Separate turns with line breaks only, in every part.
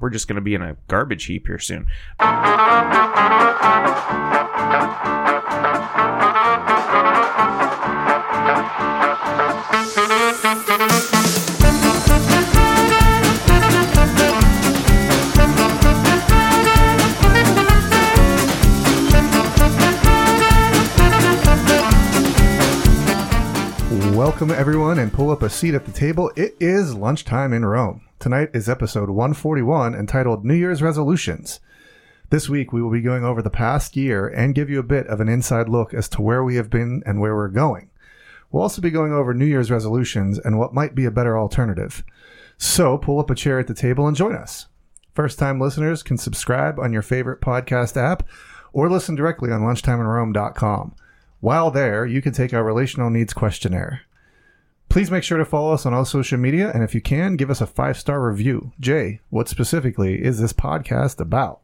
we're just going to be in a garbage heap here soon.
Welcome, everyone, and pull up a seat at the table. It is lunchtime in Rome. Tonight is episode 141 entitled New Year's Resolutions. This week, we will be going over the past year and give you a bit of an inside look as to where we have been and where we're going. We'll also be going over New Year's resolutions and what might be a better alternative. So pull up a chair at the table and join us. First time listeners can subscribe on your favorite podcast app or listen directly on lunchtimeinrome.com. While there, you can take our relational needs questionnaire. Please make sure to follow us on all social media, and if you can, give us a five star review. Jay, what specifically is this podcast about?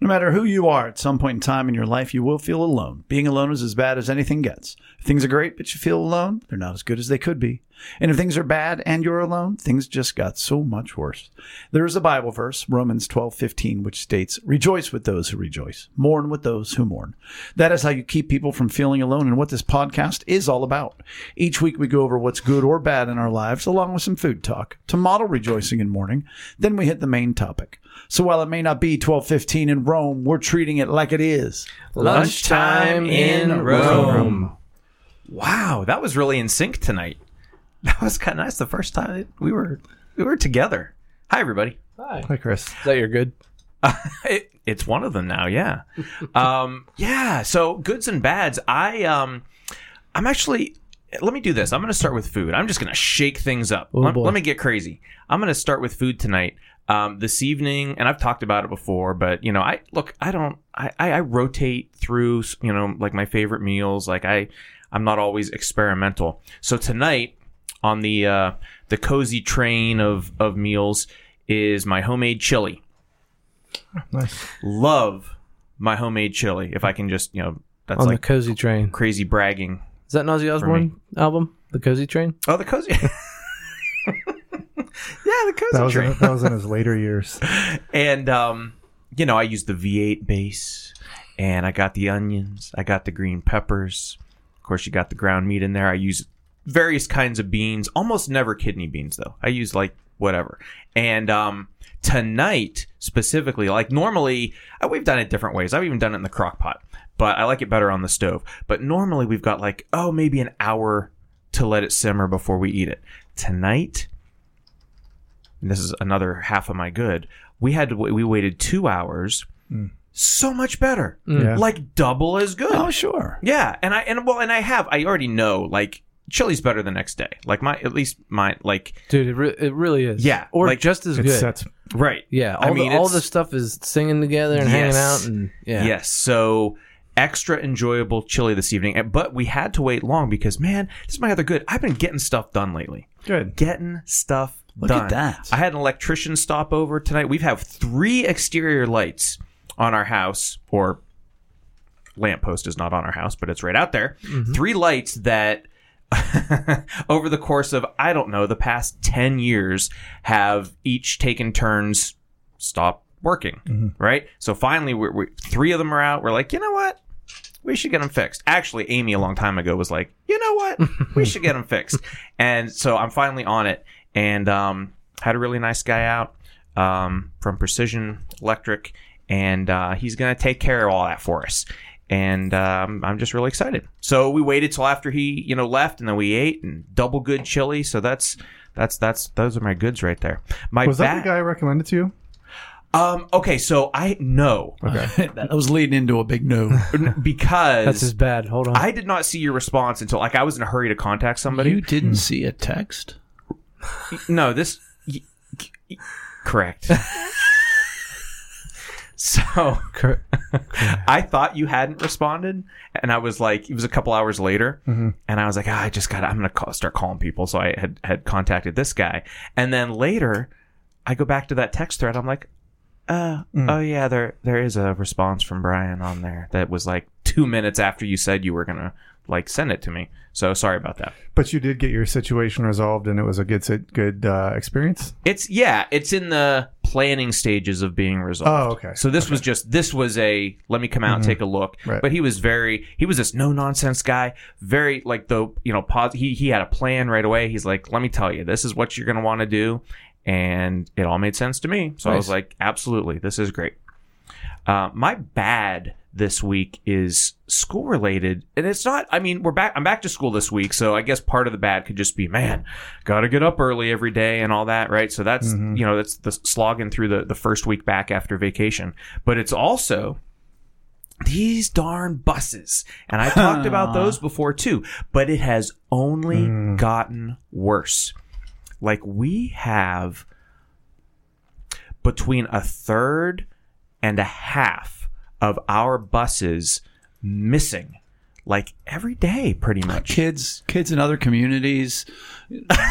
No matter who you are, at some point in time in your life, you will feel alone. Being alone is as bad as anything gets. If things are great, but you feel alone, they're not as good as they could be. And if things are bad and you're alone, things just got so much worse. There is a Bible verse, Romans twelve fifteen, which states, Rejoice with those who rejoice, mourn with those who mourn. That is how you keep people from feeling alone and what this podcast is all about. Each week we go over what's good or bad in our lives, along with some food talk, to model rejoicing and mourning. Then we hit the main topic. So while it may not be 1215 in Rome, we're treating it like it is.
Lunchtime in Rome.
Wow, that was really in sync tonight. That was kind of nice. The first time that we were we were together. Hi, everybody.
Hi.
Hi, Chris.
Is that your good?
It, it's one of them now. Yeah, um, yeah. So goods and bads. I um, I'm actually. Let me do this. I'm going to start with food. I'm just going to shake things up. let,
boy.
let me get crazy. I'm going to start with food tonight. Um, this evening, and I've talked about it before, but you know, I look. I don't. I, I, I rotate through. You know, like my favorite meals. Like I, I'm not always experimental. So tonight, on the uh, the cozy train of of meals is my homemade chili
Nice.
love my homemade chili. If I can just, you know, that's
On
like
the Cozy Train.
crazy bragging.
Is that Ozzy Osbourne album? The Cozy Train?
Oh, the cozy. yeah, the cozy
That was,
train.
in, that was in his later years.
And um, you know, I used the V8 base, and I got the onions, I got the green peppers. Of course, you got the ground meat in there. I use various kinds of beans, almost never kidney beans though. I use like whatever. And um, tonight specifically, like normally, uh, we've done it different ways. I've even done it in the crock pot, but I like it better on the stove. But normally, we've got like oh maybe an hour to let it simmer before we eat it. Tonight, and this is another half of my good. We had to, we waited two hours.
Hmm.
So much better,
Yeah.
like double as good.
Oh, sure.
Yeah, and I and well, and I have. I already know like chili's better the next day. Like my at least my like
Dude, it, re- it really is.
Yeah,
Or
like-
just as
It
good.
sets
right.
Yeah.
I
All,
mean,
the, all
it's-
the stuff is singing together and hanging
Yes.
out. and Yeah.
Yes. So extra enjoyable chili this evening, and- but we had to wait long because man, this is my other good. I've been getting stuff done lately.
good.
Getting stuff
Look
done.
at that.
I had an electrician stop over tonight. We've have three exterior lights on our house or lamppost is not on our house, but it's right out there. Three lights that over the course of I don't know the past 10 years have each taken turns stop working, right? So finally we're, we three of them are out. We're like, "You know what? We should get them fixed." Actually, Amy a long time ago was like, "You know what? we should get them fixed." And so I'm finally on it and um had a really nice guy out um, from Precision Electric, and uh, he's going to take care of all that for us. And um, I'm just really excited. So we waited till after he, you know, left, and then we ate and double good chili. So that's that's that's those are my goods right there. My
Was that
back.
the guy I recommended to you?
Um. Okay. So I know
that was leading into a big no.
because
That's as bad. Hold on.
I did not see your response until like I was in a hurry to contact somebody.
you didn't see a text?
No, this. Y- y- correct. so
Cor-
I thought you hadn't responded, and I was like, it was a couple hours later, and I was like, ah, I just got, I'm gonna call, start calling people. So I had had contacted this guy, and then later, I go back to that text thread. I'm like, uh, oh yeah, there there is a response from Brian on there that was like two minutes after you said you were gonna like send it to me. So sorry about that.
But you did get your situation resolved, and it was a good sit- good uh, experience.
It's yeah, it's in the planning stages of being resolved.
Oh, okay. Mm-hmm.
So this was just this was a let me come out and take a look.
Right.
But he was very he was this no nonsense guy. Very like the you know pos- he he had a plan right away. He's like let me tell you this is what you're gonna want to do, and it all made sense to me. So I was
Nice.
like absolutely this is great. Uh, my bad this week is school related, and it's not. I mean, we're back. I'm back to school this week, so I guess part of the bad could just be, man, gotta get up early every day and all that, right? So that's you know that's the slogging through the the first week back after vacation, but it's also these darn buses, and I talked about those before too. But it has only gotten worse. Like we have between a third and a half of our buses missing like every day pretty much
Kids, kids in other communities.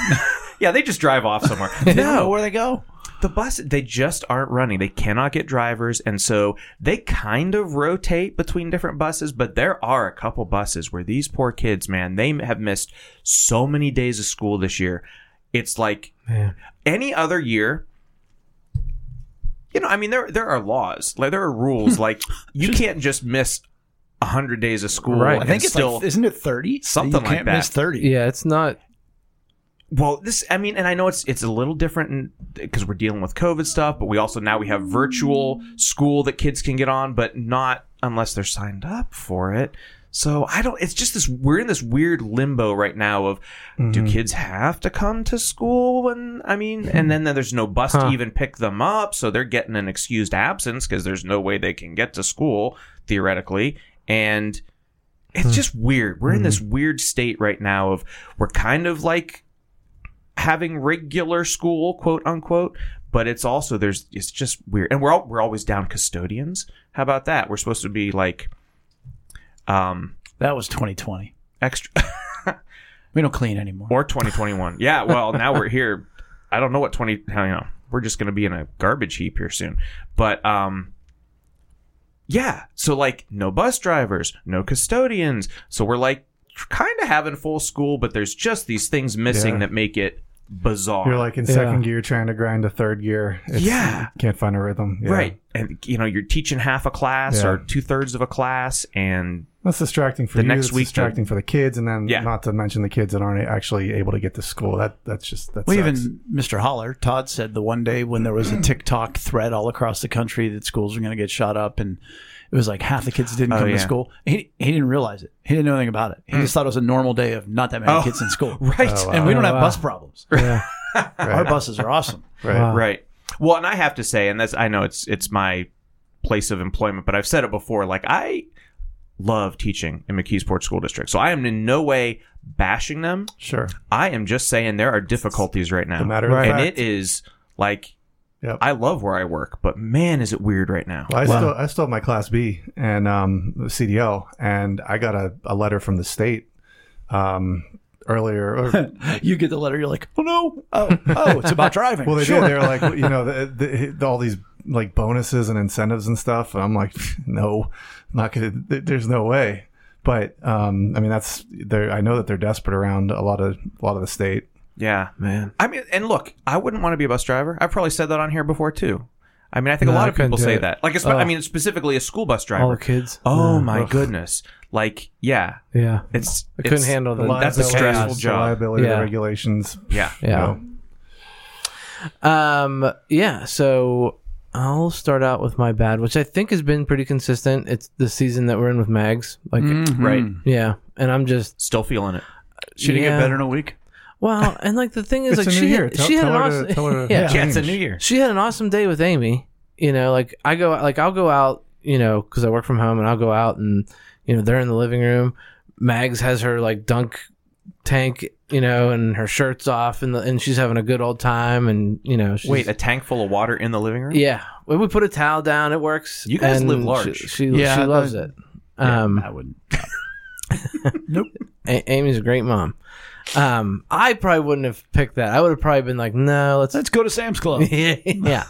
yeah they just drive off somewhere
They don't know
no
where they go.
the bus they just aren't running they cannot get drivers and so they kind of rotate between different buses but there are a couple buses where these poor kids man they have missed so many days of school this year it's like
Man.
any other year you know i mean there there are laws like there are rules like you can't just miss 100 days of school
Right.
and
I
I think it's
still
like, isn't it thirty?
Something
you
like
can't
that.
Miss thirty.
Yeah, it's not.
well this i mean and i know it's it's a little different because we're dealing with covid stuff but we also now we have virtual school that kids can get on but not unless they're signed up for it so i don't it's just this we're in this weird limbo right now of do kids have to come to school when i mean and then there's no bus
Huh.
to even pick them up so they're getting an excused absence because there's no way they can get to school theoretically and it's just weird. We're in this weird state right now of we're kind of like having regular school, quote unquote. But it's also there's it's just weird, and we're all, we're always down custodians. How about that? We're supposed to be like, um,
That was 2020.
extra
We don't clean anymore.
or 2021. Yeah, well now we're here. I don't know what 20. I don't know. We're just gonna be in a garbage heap here soon. But um, yeah. So like no bus drivers, no custodians. So we're like kind of having full school, but there's just these things missing
Yeah.
that make it bizarre.
You're like in
Yeah.
second gear trying to grind to third gear. It's-
Yeah.
you Can't find a rhythm. Yeah.
Right. And you know, you're teaching half a class
Yeah.
or two thirds of a class and
That's distracting for
The
you.
next
it's
week,
distracting for the kids, and then
Yeah.
not to mention the kids that aren't actually able to get to school. That that's just that's
Well, even Mr. Holler, Todd said the one day when there was a TikTok thread all across the country that schools were going to get shot up, and it was like half the kids didn't
Oh,
come
yeah. Hmm.
to school. He, he didn't realize it. He didn't know anything about it. He just thought it was a normal day of not that many
Oh.
kids in school.
right.
And we don't
Oh,
have
wow.
bus problems.
Yeah.
Our buses are awesome.
right.
Wow.
Right. Well, and I have to say, and that's I know it's it's my place of employment, but I've said it before. Like I love teaching in McKeesport School District, so I am in no way bashing them.
Sure.
I am just saying there are difficulties right now,
The matter of
Right.
and
fact.
it is like
Yep.
I love where I work, but man, is it weird right now.
Well, I still I still have my class B and um, CDL, and I got a, a letter from the state um, earlier. Or,
You get the letter, you're like, oh no, oh, oh, it's about driving.
well, they
sure.
did. They were like, you know, the, the, the, all these like bonuses and incentives and stuff. And I'm like, no, I'm not gonna. th- There's no way. But um, I mean, that's they're I know that they're desperate around a lot of a lot of the state.
Yeah, man. I mean, and look, I wouldn't want to be a bus driver. I've probably said that on here before too. I mean, I think a
No,
lot
I
of people
couldn't do
say
it.
that. Like, it's, I mean, specifically a school bus
All the
driver.
kids.
Oh
Yeah.
my goodness! Like, yeah,
Yeah.
it's
I couldn't
it's-
handle the.
That's a
liabilities,
stressful
the
job.
liability,
Yeah.
the regulations.
Yeah,
you
Yeah.
know.
Um. Yeah. So I'll start out with my bad, which I think has been pretty consistent. It's the season that we're in with Mags. Like,
right.
yeah. And I'm just
Still feeling it.
Should it
yeah.
get better in a week?
Well, and like the thing is,
It's
like
a new
she
year.
had,
Tell-
she had
tell
an
her to-
awesome
tell her to-
yeah.
Yeah.
it's a new year.
she had an awesome day with Amy. You know, like I go like I'll go out, you know, because I work from home, and I'll go out and you know they're in the living room. Mags has her like dunk tank, you know, and her shirt's off, and the, and she's having a good old time, and you know, she's,
Wait, a tank full of water in the living room?
yeah, when we put a towel down, it works.
You guys
and
live large.
She she,
Yeah,
she loves
that-
it. Um,
I wouldn't.
A- Amy's a great mom. Um, I probably wouldn't have picked that. I would have probably been like, no, let's
Let's go to Sam's Club.
yeah.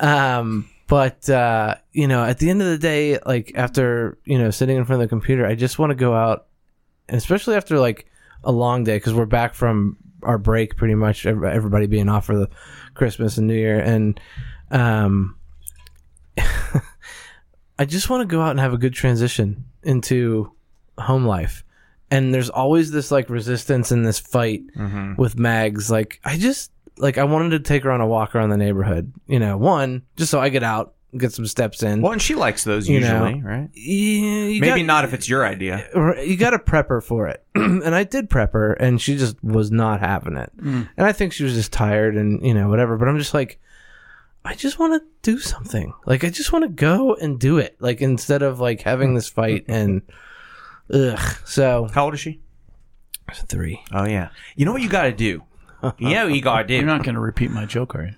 Um, but uh, you know, at the end of the day, like after you know sitting in front of the computer, I just want to go out, and especially after like a long day because we're back from our break pretty much. ev- Everybody being off for the Christmas and New Year, and um, I just want to go out and have a good transition into home life. And there's always this like resistance and this fight
Mm-hmm.
with Mags. Like I just like I wanted to take her on a walk around the neighborhood. You know, one just so I get out, and get some steps in.
Well, and she likes those
You know,
usually, right?
Yeah, you
Maybe
got-
not if it's your idea.
you got to prep her for it. and I did prep her, and she just was not having it. And I think she was just tired and, you know, whatever. But I'm just like, I just want to do something. Like, I just want to go and do it. Like, instead of like having this fight and, ugh. So,
How old is she?
three.
Oh yeah. You know what you got to do. You know what you got to
You're
do.
not going to repeat my joke, are you?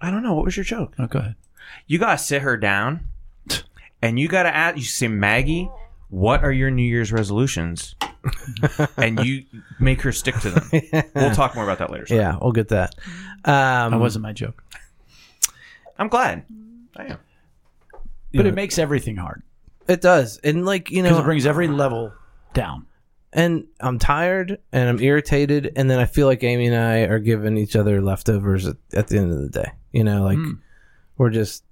I don't know what was your joke.
Oh, go ahead.
you gotta sit her down and you gotta ask you say maggie what are your new year's resolutions and you make her stick to them we'll talk more about that later so.
Yeah, we'll get that.
That
Um,
wasn't my joke.
i'm glad i am
But it makes everything hard
it does. And, like, you
because
know,
it brings every level down.
and I'm tired and I'm irritated, and then I feel like Amy and I are giving each other leftovers at, at the end of the day. You know, like we're just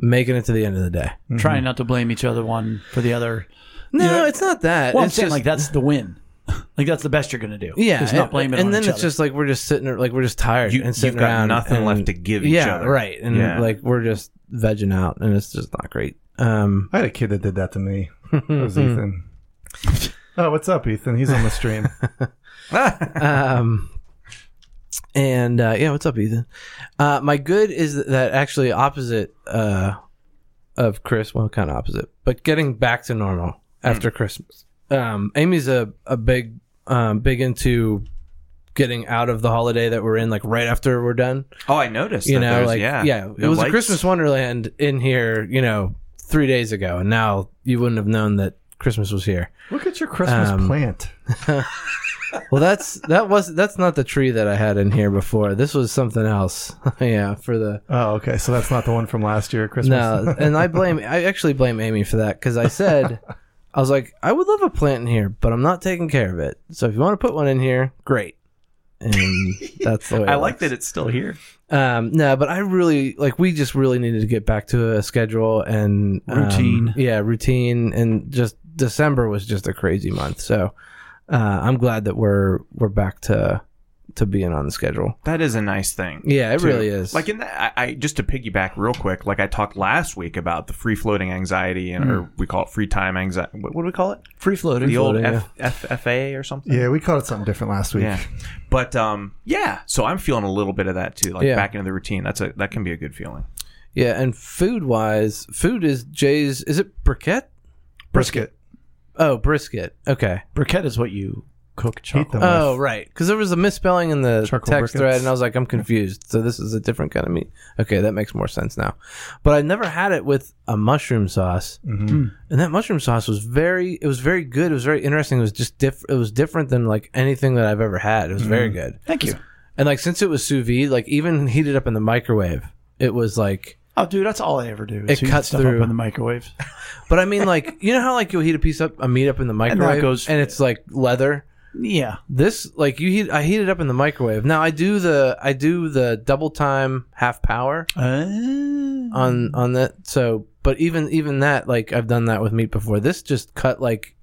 making it to the end of the day.
Trying not to blame each other one for the other.
No,
Yeah.
it's not that.
Well, I'm
it's
saying
just
like that's the win. like that's the best you're going to do.
yeah,
is not
and-
blaming.
And
on
then
each
it's
other.
just like we're just sitting, there- like we're just tired
You-
and sitting
you've got
around.
nothing
and-
left to give each
yeah,
other.
right. And
Yeah.
like we're just vegging out, and it's just not great. Um,
I had a kid that did that to me. It was
Hmm,
Ethan. Oh, what's up, Ethan? He's on the stream.
um, and uh, yeah, what's up, Ethan? Uh, my good is that actually opposite uh, of Chris. Well, kind of opposite, but getting back to normal after Christmas. Um, Amy's a a big um, big into getting out of the holiday that we're in, like right after we're done.
oh i noticed
You
that
know,
there's-
like
yeah
yeah, it
No
was a
lights.
Christmas Wonderland in here. You know, three days ago, and now you wouldn't have known that Christmas was here.
Look at your Christmas
Um,
plant.
Well, that's that was that's not the tree that I had in here before. This was something else. yeah, for the
Oh, okay. So that's not the one from last year, Christmas.
no, and I blame I actually blame Amy for that because I said I was like I would love a plant in here, but I'm not taking care of it. So if you want to put one in here, great. And that's the way.
i like that it's still here
Um, no, but I really like we just really needed to get back to a schedule and um,
Routine.
yeah, routine, and just December was just a crazy month. So uh, I'm glad that we're we're back to to being on the schedule.
that is a nice thing
Yeah, it
too.
really is.
Like in that, I, I just to piggyback real quick. Like I talked last week about the free floating anxiety, and or we call it free time anxiety. What, what do we call it?
free floating.
The old
Hmm. floating,
F, FFA or something.
Yeah, we called it something different last week.
Yeah. But um yeah, so I'm feeling a little bit of that too, like
Yeah.
back into the routine. That's a that can be a good feeling.
yeah, and food wise, food is Jay's. Is it briquette?
Brisket.
Oh, brisket. Okay.
Briquette is what you cook
Eat
chocolate.
them
Oh,
with.
right. Because there was a misspelling in the
Charcoal
text
briquettes.
thread, and I was like, I'm confused. So this is a different kind of meat. Okay, that makes more sense now. But I never had it with a mushroom sauce,
Mhm.
and that mushroom sauce was very. It was very good. It was very interesting. It was just diff. It was different than like anything that I've ever had. It was very good.
Thank you.
And like since it was sous vide, like even heated up in the microwave, it was like
Oh, dude, that's all I ever do.
It
Is heat
cuts
stuff
through.
up in the microwave.
But I mean, like, you know how like you'll heat a piece up, a meat up in the microwave, and,
goes-
it's like leather.
Yeah,
This, like, you heat, I heat it up in the microwave. Now I do the, I do the double time half power
Uh,
Mm-hmm.
on on that. So, but even even that, like, I've done that with meat before. This just cut like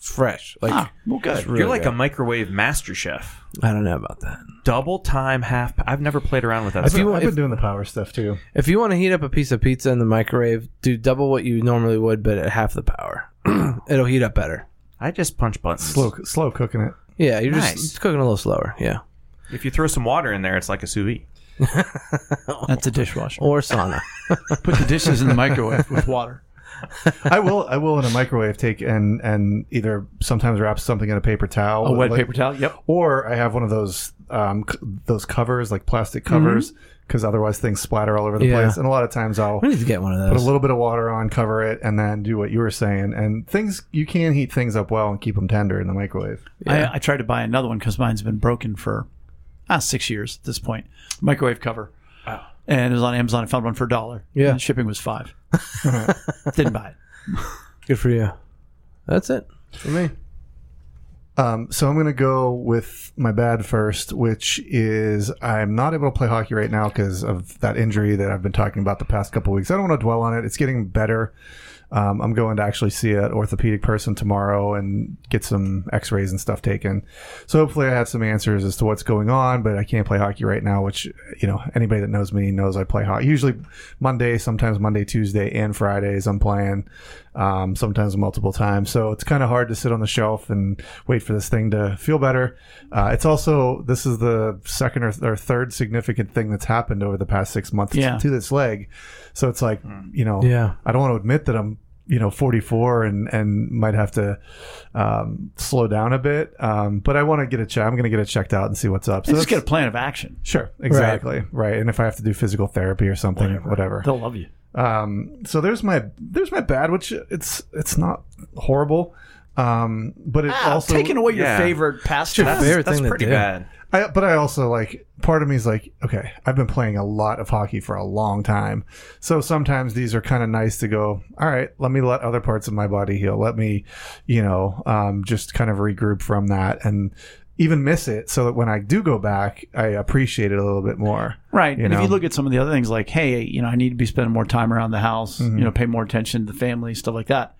fresh. Like,
ah, well, good.
really
You're like
good.
a microwave master chef.
I don't know about that.
Double time half I've never played around with that.
I've,
stuff.
been,
you-
I've been
if-
doing the power stuff too.
If you want to heat up a piece of pizza in the microwave, do double what you normally would, but at half the power. It'll heat up better.
I just punch buttons.
Slow, slow cooking it.
Yeah, you're
Nice.
just cooking a little slower. Yeah,
If you throw some water in there, it's like a sous vide.
That's a dishwasher.
or sauna.
Put the dishes in the microwave with water.
I will. I will in a microwave take and and either sometimes wrap something in a paper towel,
A wet
like-
paper towel. Yep.
or I have one of those um c- those covers like plastic covers because otherwise things splatter all over the
Yeah.
place. And a lot of times I'll
we need to get one of those.
put a little bit of water on, cover it, and then do what you were saying. And things you can heat things up well and keep them tender in the microwave.
I, I tried to buy another one because mine's been broken for ah six years at this point. Microwave cover. And it was on Amazon. I found one for a dollar.
Yeah.
And shipping was five. Didn't buy it.
Good for you. That's it for me.
Um, so I'm going to go with my bad first, which is I'm not able to play hockey right now because of that injury that I've been talking about the past couple weeks. I don't want to dwell on it. It's getting better. Um, I'm going to actually see an orthopedic person tomorrow and get some x-rays and stuff taken. So hopefully I have some answers as to what's going on, but I can't play hockey right now, which, you know, anybody that knows me knows I play hockey. Usually Monday, sometimes Monday, Tuesday, and Fridays I'm playing, um, sometimes multiple times. So it's kind of hard to sit on the shelf and wait for this thing to feel better. Uh, it's also, this is the second or, th- or third significant thing that's happened over the past six months
Yeah.
to this leg. So it's like, you know,
Yeah.
I don't want to admit that I'm you know 44 and and might have to um, slow down a bit um, but I want to get it check I'm gonna get it checked out and see what's up so
just get a
that's-
plan of action.
sure exactly right. and if I have to do physical therapy or something whatever,
They'll love you.
Um, so there's my there's my bad which it's it's not horrible um, but it
Ah,
also
taking away your
yeah.
favorite pastime.
That's- favorite
that's
thing to
pretty
do.
bad.
I, but I also like part of me is like, okay, I've been playing a lot of hockey for a long time. So sometimes these are kind of nice to go, all right, let me let other parts of my body heal. Let me, you know, um, just kind of regroup from that and even miss it so that when I do go back, I appreciate it a little bit more.
Right.
You
and if you
know?
look at some of the other things like, hey, you know, I need to be spending more time around the house,
Mm-hmm.
you know, pay more attention to the family, stuff like that.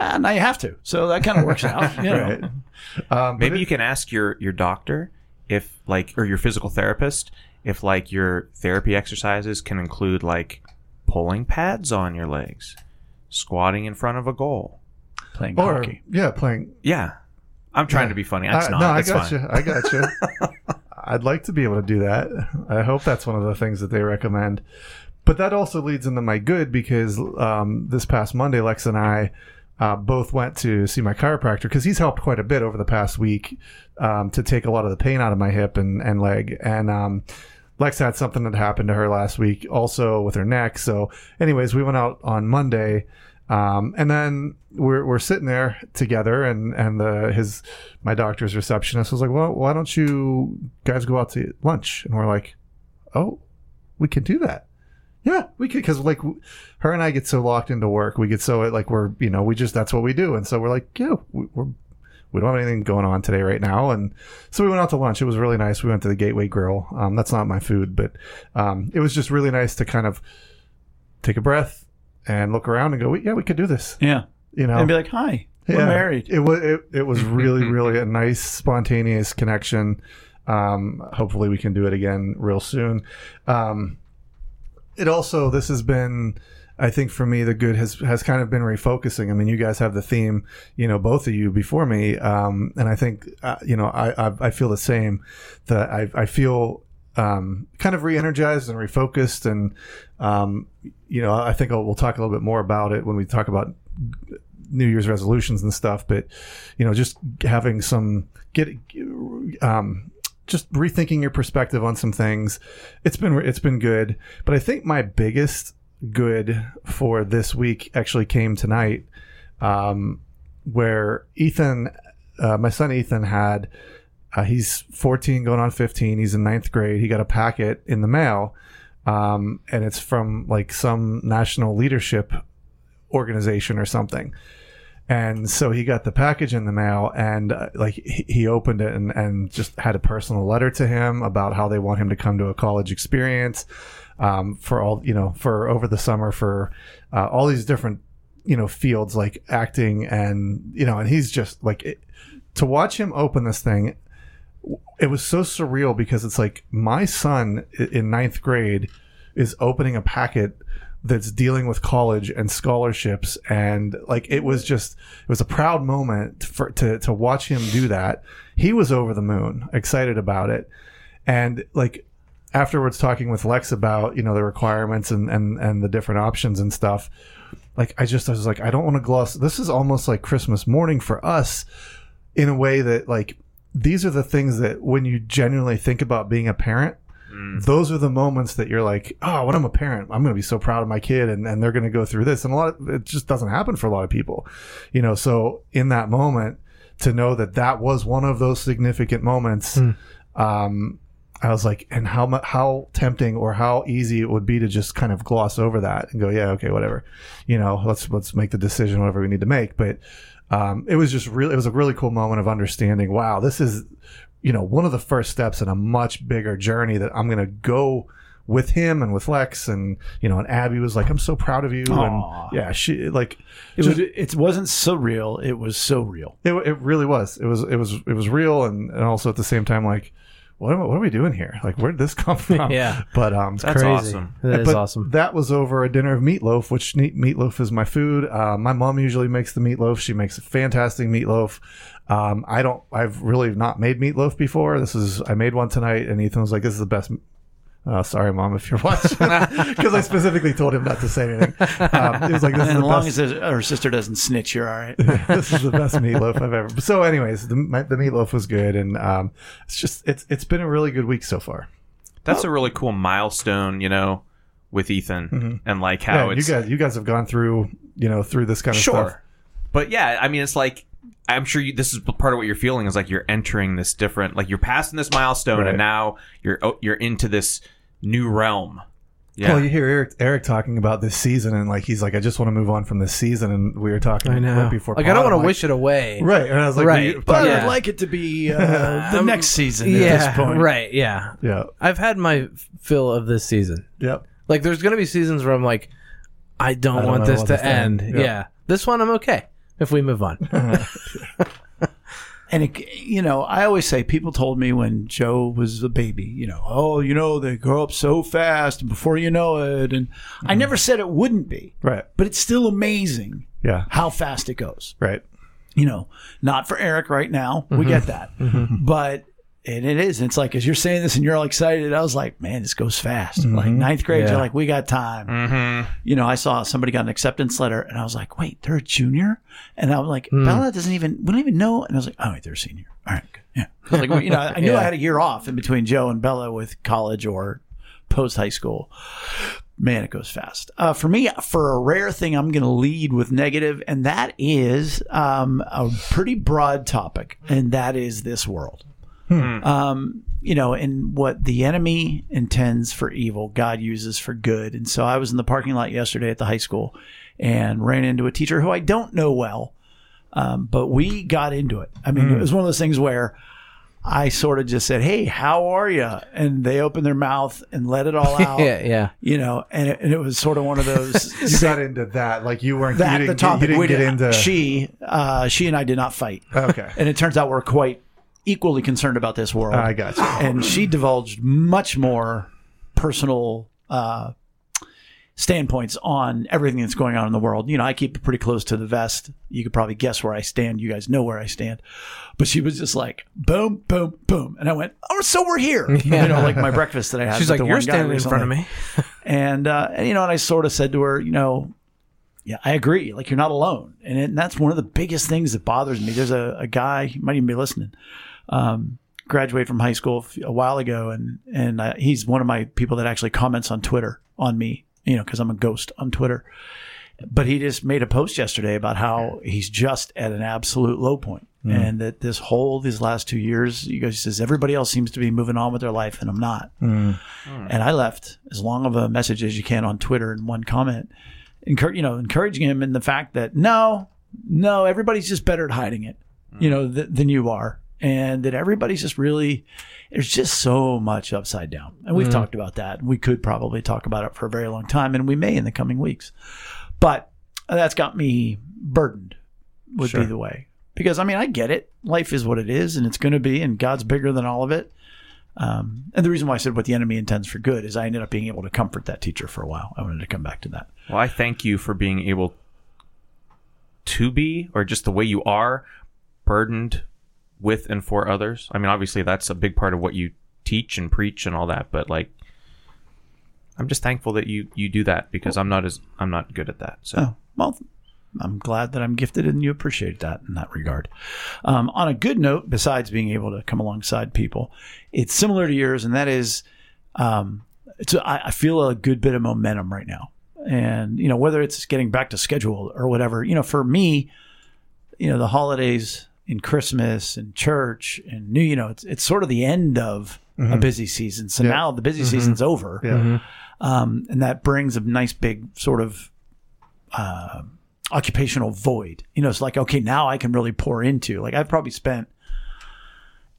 Ah, now you have to. So that kind of works out. You know.
Right. Um,
Maybe you can ask your your doctor if like or your physical therapist if like your therapy exercises can include like pulling pads on your legs, squatting in front of a goal.
Playing
or
hockey.
yeah, playing.
Yeah. I'm trying to be funny. That's
I-
not.
no, I
That's
got
fine.
you. I got you. I'd like to be able to do that. I hope that's one of the things that they recommend. But that also leads into my good because um, this past Monday, Lex and I uh, both went to see my chiropractor because he's helped quite a bit over the past week um, to take a lot of the pain out of my hip and, and leg. And um, Lex had something that happened to her last week also with her neck. So, anyways, we went out on Monday. Um, and then we're, we're sitting there together and, and the, his, my doctor's receptionist was like, well, why don't you guys go out to lunch? And we're like, oh, we can do that. Yeah, we could because like w- her and I get so locked into work, we get so like we're you know we just that's what we do, and so we're like yeah we, we're we don't have anything going on today right now, and so we went out to lunch. It was really nice. We went to the Gateway Grill. Um, that's not my food, but um, it was just really nice to kind of take a breath and look around and go yeah we could do this
Yeah.
you know
And be like, hi, we're
yeah.
married.
It was it, it was really really a nice spontaneous connection. Um, hopefully we can do it again real soon. Um, it also this has been I think for me the good has has kind of been refocusing. I mean you guys have the theme you know both of you before me um, and I think uh, you know I, I I feel the same that I I feel. Um, kind of re-energized and refocused and um, you know i think I'll, we'll talk a little bit more about it when we talk about New Year's resolutions and stuff, but you know, just having some get um, just rethinking your perspective on some things. It's been it's been good, but I think my biggest good for this week actually came tonight, um, where Ethan, uh, my son Ethan had. Uh, he's 14 going on 15 he's in ninth grade he got a packet in the mail um, and it's from like some national leadership organization or something. And so he got the package in the mail, and uh, like he, he opened it and, and just had a personal letter to him about how they want him to come to a college experience um, for all you know for over the summer for uh, all these different you know fields like acting and you know and he's just like it, to watch him open this thing it was so surreal because it's like my son i- in ninth grade is opening a packet that's dealing with college and scholarships and like it was just it was a proud moment for to to watch him do that he was over the moon excited about it and like afterwards talking with lex about you know the requirements and and and the different options and stuff like i just I was like i don't want to gloss this is almost like christmas morning for us in a way that like these are the things that when you genuinely think about being a parent those are the moments that you're like oh when i'm a parent i'm going to be so proud of my kid and, and they're going to go through this and a lot of, it just doesn't happen for a lot of people you know so in that moment to know that that was one of those significant moments um i was like and how mu- how tempting or how easy it would be to just kind of gloss over that and go yeah okay whatever you know let's let's make the decision whatever we need to make but um, it was just really it was a really cool moment of understanding wow this is you know one of the first steps in a much bigger journey that i'm going to go with him and with lex and you know and abby was like i'm so proud of you
Aw.
and yeah she like
It was. It wasn't surreal. It was so real.
it, it really was. It was it was it was real, and, and also at the same time, like, what am, what are we doing here? Like, where did this come from?
Yeah.
but um,
That's awesome.
That is
but
awesome.
That was over a dinner of meatloaf, which neat meatloaf is my food. Uh, my mom usually makes the meatloaf. She makes a fantastic meatloaf. Um, I don't. I've really not made meatloaf before. This is. I made one tonight, and Ethan was like, "This is the best." Uh, sorry, mom, if you're watching, because I specifically told him not to say anything. Um, it was like this is the best.
And as long as her sister doesn't snitch, you're all right.
this is the best meatloaf I've ever. So, anyways, the, my, the meatloaf was good, and um, it's just it's it's been a really good week so far.
That's a really cool milestone, you know, with Ethan and like
Mm-hmm. Yeah,
how Oh,
you
it's
guys you guys have gone through you know through this kind of
sure.
stuff.
But yeah, I mean, it's like I'm sure you, this is part of what you're feeling is like you're entering this different, like you're passing this milestone,
Right.
and now you're oh, you're into this new realm. Yeah,
Well, you hear Eric Eric talking about this season, and like he's like, I just want to move on from this season, and we were talking
I know.
right before.
like I
pod,
don't want to
I'm like-
wish it away.
Right, and I was like,
Right,
we-
But
Yeah.
I'd like it to be uh, the
Um,
next season
yeah.
at this point.
Right. Yeah.
yeah,
I've had my fill of this season.
yep.
Like, there's gonna be seasons where I'm like, I don't,
I don't
want
know
this
what
to
this to
end.
end.
Yeah.
Yeah.
This one I'm okay if we move on.
And it, you know, I always say people told me when Joe was a baby, you know, oh, you know, they grow up so fast and before you know it. And I never said it wouldn't be,
Right.
but it's still amazing
Yeah.
how fast it goes.
Right.
You know, not for Eric right now. We get that. But and it is. It's like as you're saying this and you're all excited, I was like, man, this goes fast. Like ninth grade,
Yeah.
you're like, we got time.
Mm-hmm.
You know, I saw somebody got an acceptance letter and I was like, wait, they're a junior? And I'm like, Bella doesn't even, we don't even know. And I was like, oh, wait, they're a senior. All right, good. Yeah. I was like, well, you know, I knew I had a year off in between Joe and Bella with college or post high school. Man, it goes fast. Uh, for me, for a rare thing, I'm going to lead with negative, and that is um, a pretty broad topic, and that is this world um, you know, and what the enemy intends for evil, God uses for good. And so I was in the parking lot yesterday at the high school and ran into a teacher who I don't know well, um, but we got into it. I
Hmm.
mean, it was one of those things where I sort of just said, Hey, how are you? And they opened their mouth and let it all out.
yeah. Yeah.
You know, and it, and it was sort of one of those
You got into that, like you weren't.
that
you
the
didn't, get-
topic
you
we
didn't get into. Uh,
she uh, she and I did not fight.
okay,
And it turns out we're quite equally concerned about this world
I got you.
and she divulged much more personal uh, standpoints on everything that's going on in the world. You know, I keep it pretty close to the vest. You could probably guess where I stand. You guys know where I stand. But she was just like, boom, boom, boom, and I went, oh, so we're here. You know, like my breakfast that I had. with
She's like,
the
you're
one guy
standing in front of
recently."
me.
And, uh, and, you know, and I sort of said to her, you know, yeah, I agree. Like, you're not alone. And, it, and that's one of the biggest things that bothers me. There's a, a guy, he might even be listening, um, graduated from high school f- a while ago. And, and uh, he's one of my people that actually comments on Twitter on me, you know, because I'm a ghost on Twitter. But he just made a post yesterday about how he's just at an absolute low point. And that this whole these last two years, you guys he says everybody else seems to be moving on with their life, and I'm not. And I left as long of a message as you can on Twitter and one comment, encour- you know, encouraging him in the fact that no, no, everybody's just better at hiding it, you know, th- than you are. And that everybody's just really, there's just so much upside down. And we've talked about that. We could probably talk about it for a very long time, and we may in the coming weeks. But that's got me burdened, would be the way. Because I mean, I get it. Life is what it is, and it's going to be, and God's bigger than all of it. Um, and the reason why I said what the enemy intends for good is I ended up being able to comfort that teacher for a while. I wanted to come back to that.
Well, I thank you for being able to be, or just the way you are, burdened with and for others. I mean, obviously, that's a big part of what you teach and preach and all that. But like, I'm just thankful that you you do that because I'm not as I'm not good at that. So
Oh, well, I'm glad that I'm gifted and you appreciate that in that regard. Um, on a good note, besides being able to come alongside people, it's similar to yours, and that is, um, it's I, I feel a good bit of momentum right now, and you know whether it's getting back to schedule or whatever. You know, for me, you know the holidays and Christmas and church and new, you know, it's it's sort of the end of a busy season. So now the busy season's over,
Yeah.
um, and that brings a nice big sort of occupational void. You know, it's like, okay, now I can really pour into. Like, I've probably spent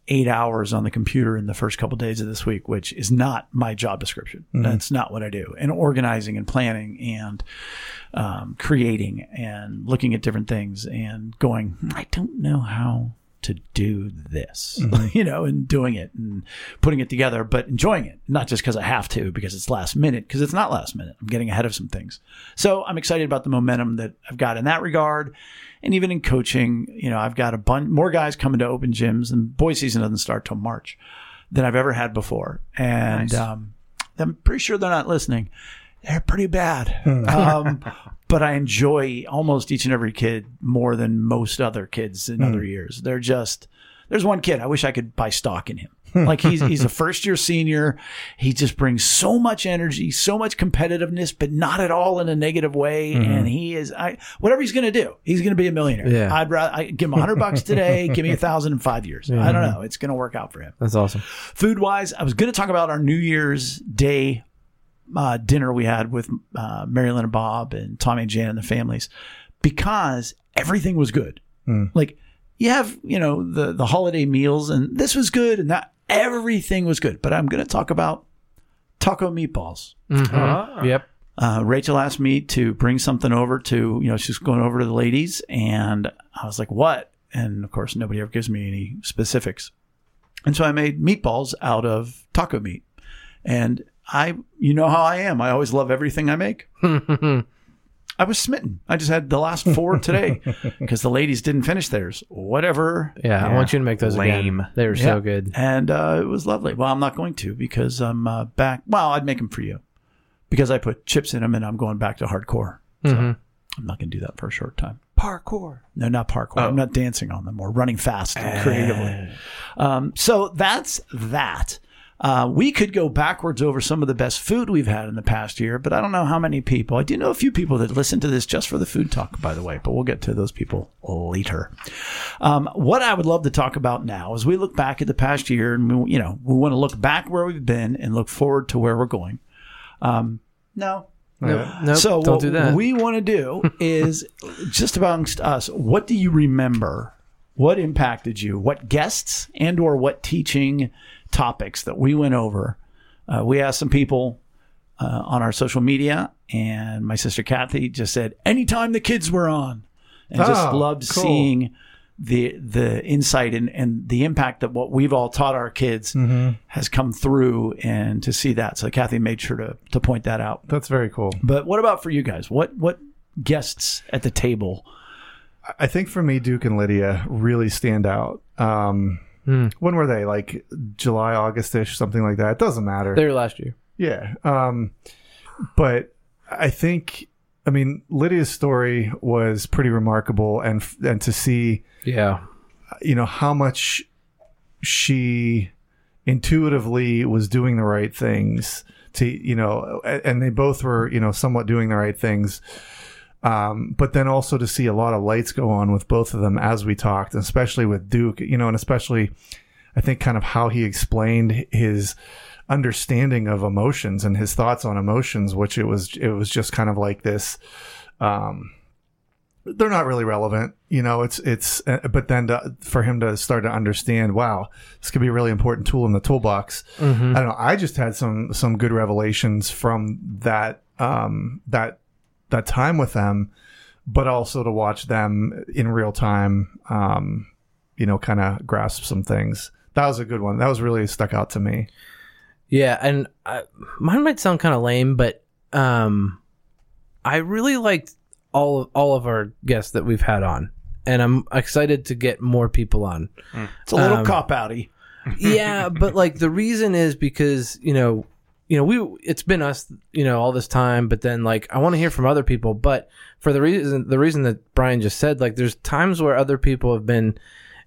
eight hours on the computer in the first couple days of this week, which is not my job description. That's not what I do. And organizing and planning and um, creating and looking at different things and going, "Hmm, I don't know how to do this, you know, and doing it and putting it together, but enjoying it, not just because I have to, because it's last minute, because it's not last minute. I'm getting ahead of some things. So I'm excited about the momentum that I've got in that regard. And even in coaching, you know, I've got a bunch more guys coming to open gyms, and boy season doesn't start till March than I've ever had before. And um, I'm pretty sure they're not listening. They're pretty bad. um, but I enjoy almost each and every kid more than most other kids in other years. They're just, there's one kid, I wish I could buy stock in him. like he's he's a first year senior. He just brings so much energy, so much competitiveness, but not at all in a negative way. And he is I whatever he's gonna do, he's gonna be a millionaire.
Yeah.
I'd rather I give him a hundred bucks today, give me a thousand in five years. I don't know. It's gonna work out for him
That's awesome.
food wise, I was going to talk about our New Year's Day uh, dinner we had with uh, Marilyn and Bob and Tommy and Jan and the families because everything was good. Like you have, you know, the the holiday meals, and this was good, and that everything was good. But I'm going to talk about taco meatballs.
Mhm. Yep.
Uh, Rachel asked me to bring something over to, you know, she's going over to the ladies. And I was like, what? And of course, nobody ever gives me any specifics. And so I made meatballs out of taco meat. And I, you know how I am. I always love everything I make. I was smitten. I just had the last four today because the ladies didn't finish theirs. Whatever.
Yeah, I want you to make those
Lame.
again. They were
Yeah.
so good.
And uh, it was lovely. Well, I'm not going to because I'm uh, back. Well, I'd make them for you because I put chips in them and I'm going back to hardcore.
Mhm.
I'm not going to do that for a short time.
Parkour.
No, not parkour. I'm not dancing on them or running fast and creatively. Um, so that's that. Uh, we could go backwards over some of the best food we've had in the past year, but I don't know how many people. I do know a few people that listen to this just for the food talk, by the way, but we'll get to those people later. Um, what I would love to talk about now is we look back at the past year and, we, you know, we want to look back where we've been and look forward to where we're going. Um, no,
Nope, nope,
so
don't
what
do that.
we want to do is just amongst us. What do you remember? What impacted you? What guests and or what teaching topics that we went over? Uh, we asked some people uh, on our social media, and my sister Kathy just said, "Anytime the kids were on," and just
Oh,
loved
cool.
seeing the the insight and, and the impact that what we've all taught our kids
Hmm. Mm-hmm.
has come through, and to see that. So Kathy made sure to to point that out.
That's very cool.
But what about for you guys? What what guests at the table?
I think for me, Duke and Lydia really stand out. Um, When were they? Like July, August ish, something like that. It doesn't matter.
They were last year.
Yeah. Um, but I think, I mean, Lydia's story was pretty remarkable, and and to see,
Yeah.
you know, how much she intuitively was doing the right things. To you know, a- and they both were, you know, somewhat doing the right things. Um, but then also to see a lot of lights go on with both of them as we talked, especially with Duke, you know, and especially I think kind of how he explained his understanding of emotions and his thoughts on emotions, which it was it was just kind of like this. Um, they're not really relevant, you know. It's it's, uh, but then to, for him to start to understand, wow, this could be a really important tool in the toolbox.
Mm-hmm.
I don't know. I just had some some good revelations from that um that that time with them, but also to watch them in real time, um, you know, kind of grasp some things. That was a good one. That was really stuck out to me.
Yeah, and I, mine might sound kind of lame, but um, I really liked all of, all of our guests that we've had on, and I'm excited to get more people on.
It's a little
Um,
cop outy.
yeah, but like the reason is because you know, you know, we it's been us, you know, all this time. But then like I want to hear from other people. But for the reason, the reason that Brian just said, like, there's times where other people have been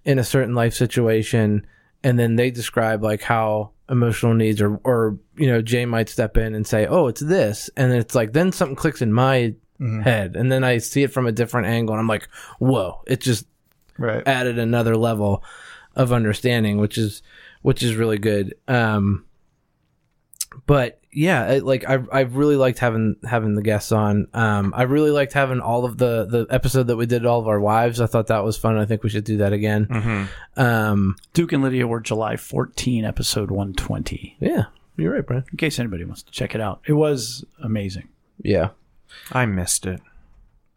in a certain life situation, and then they describe like how emotional needs or or you know Jay might step in and say, oh, it's this, and it's like then something clicks in my head, and then I see it from a different angle, and I'm like, whoa, it just
Right.
added another level of understanding, which is which is really good. Um, but yeah, it, like I I really liked having having the guests on. Um, I really liked having all of the the episode that we did all of our wives. I thought that was fun. I think we should do that again.
Oh. Mm-hmm.
Um,
Duke and Lydia were July 14, episode 120.
yeah, you're right, Brian.
In case anybody wants to check it out, it was amazing.
Yeah,
I missed it.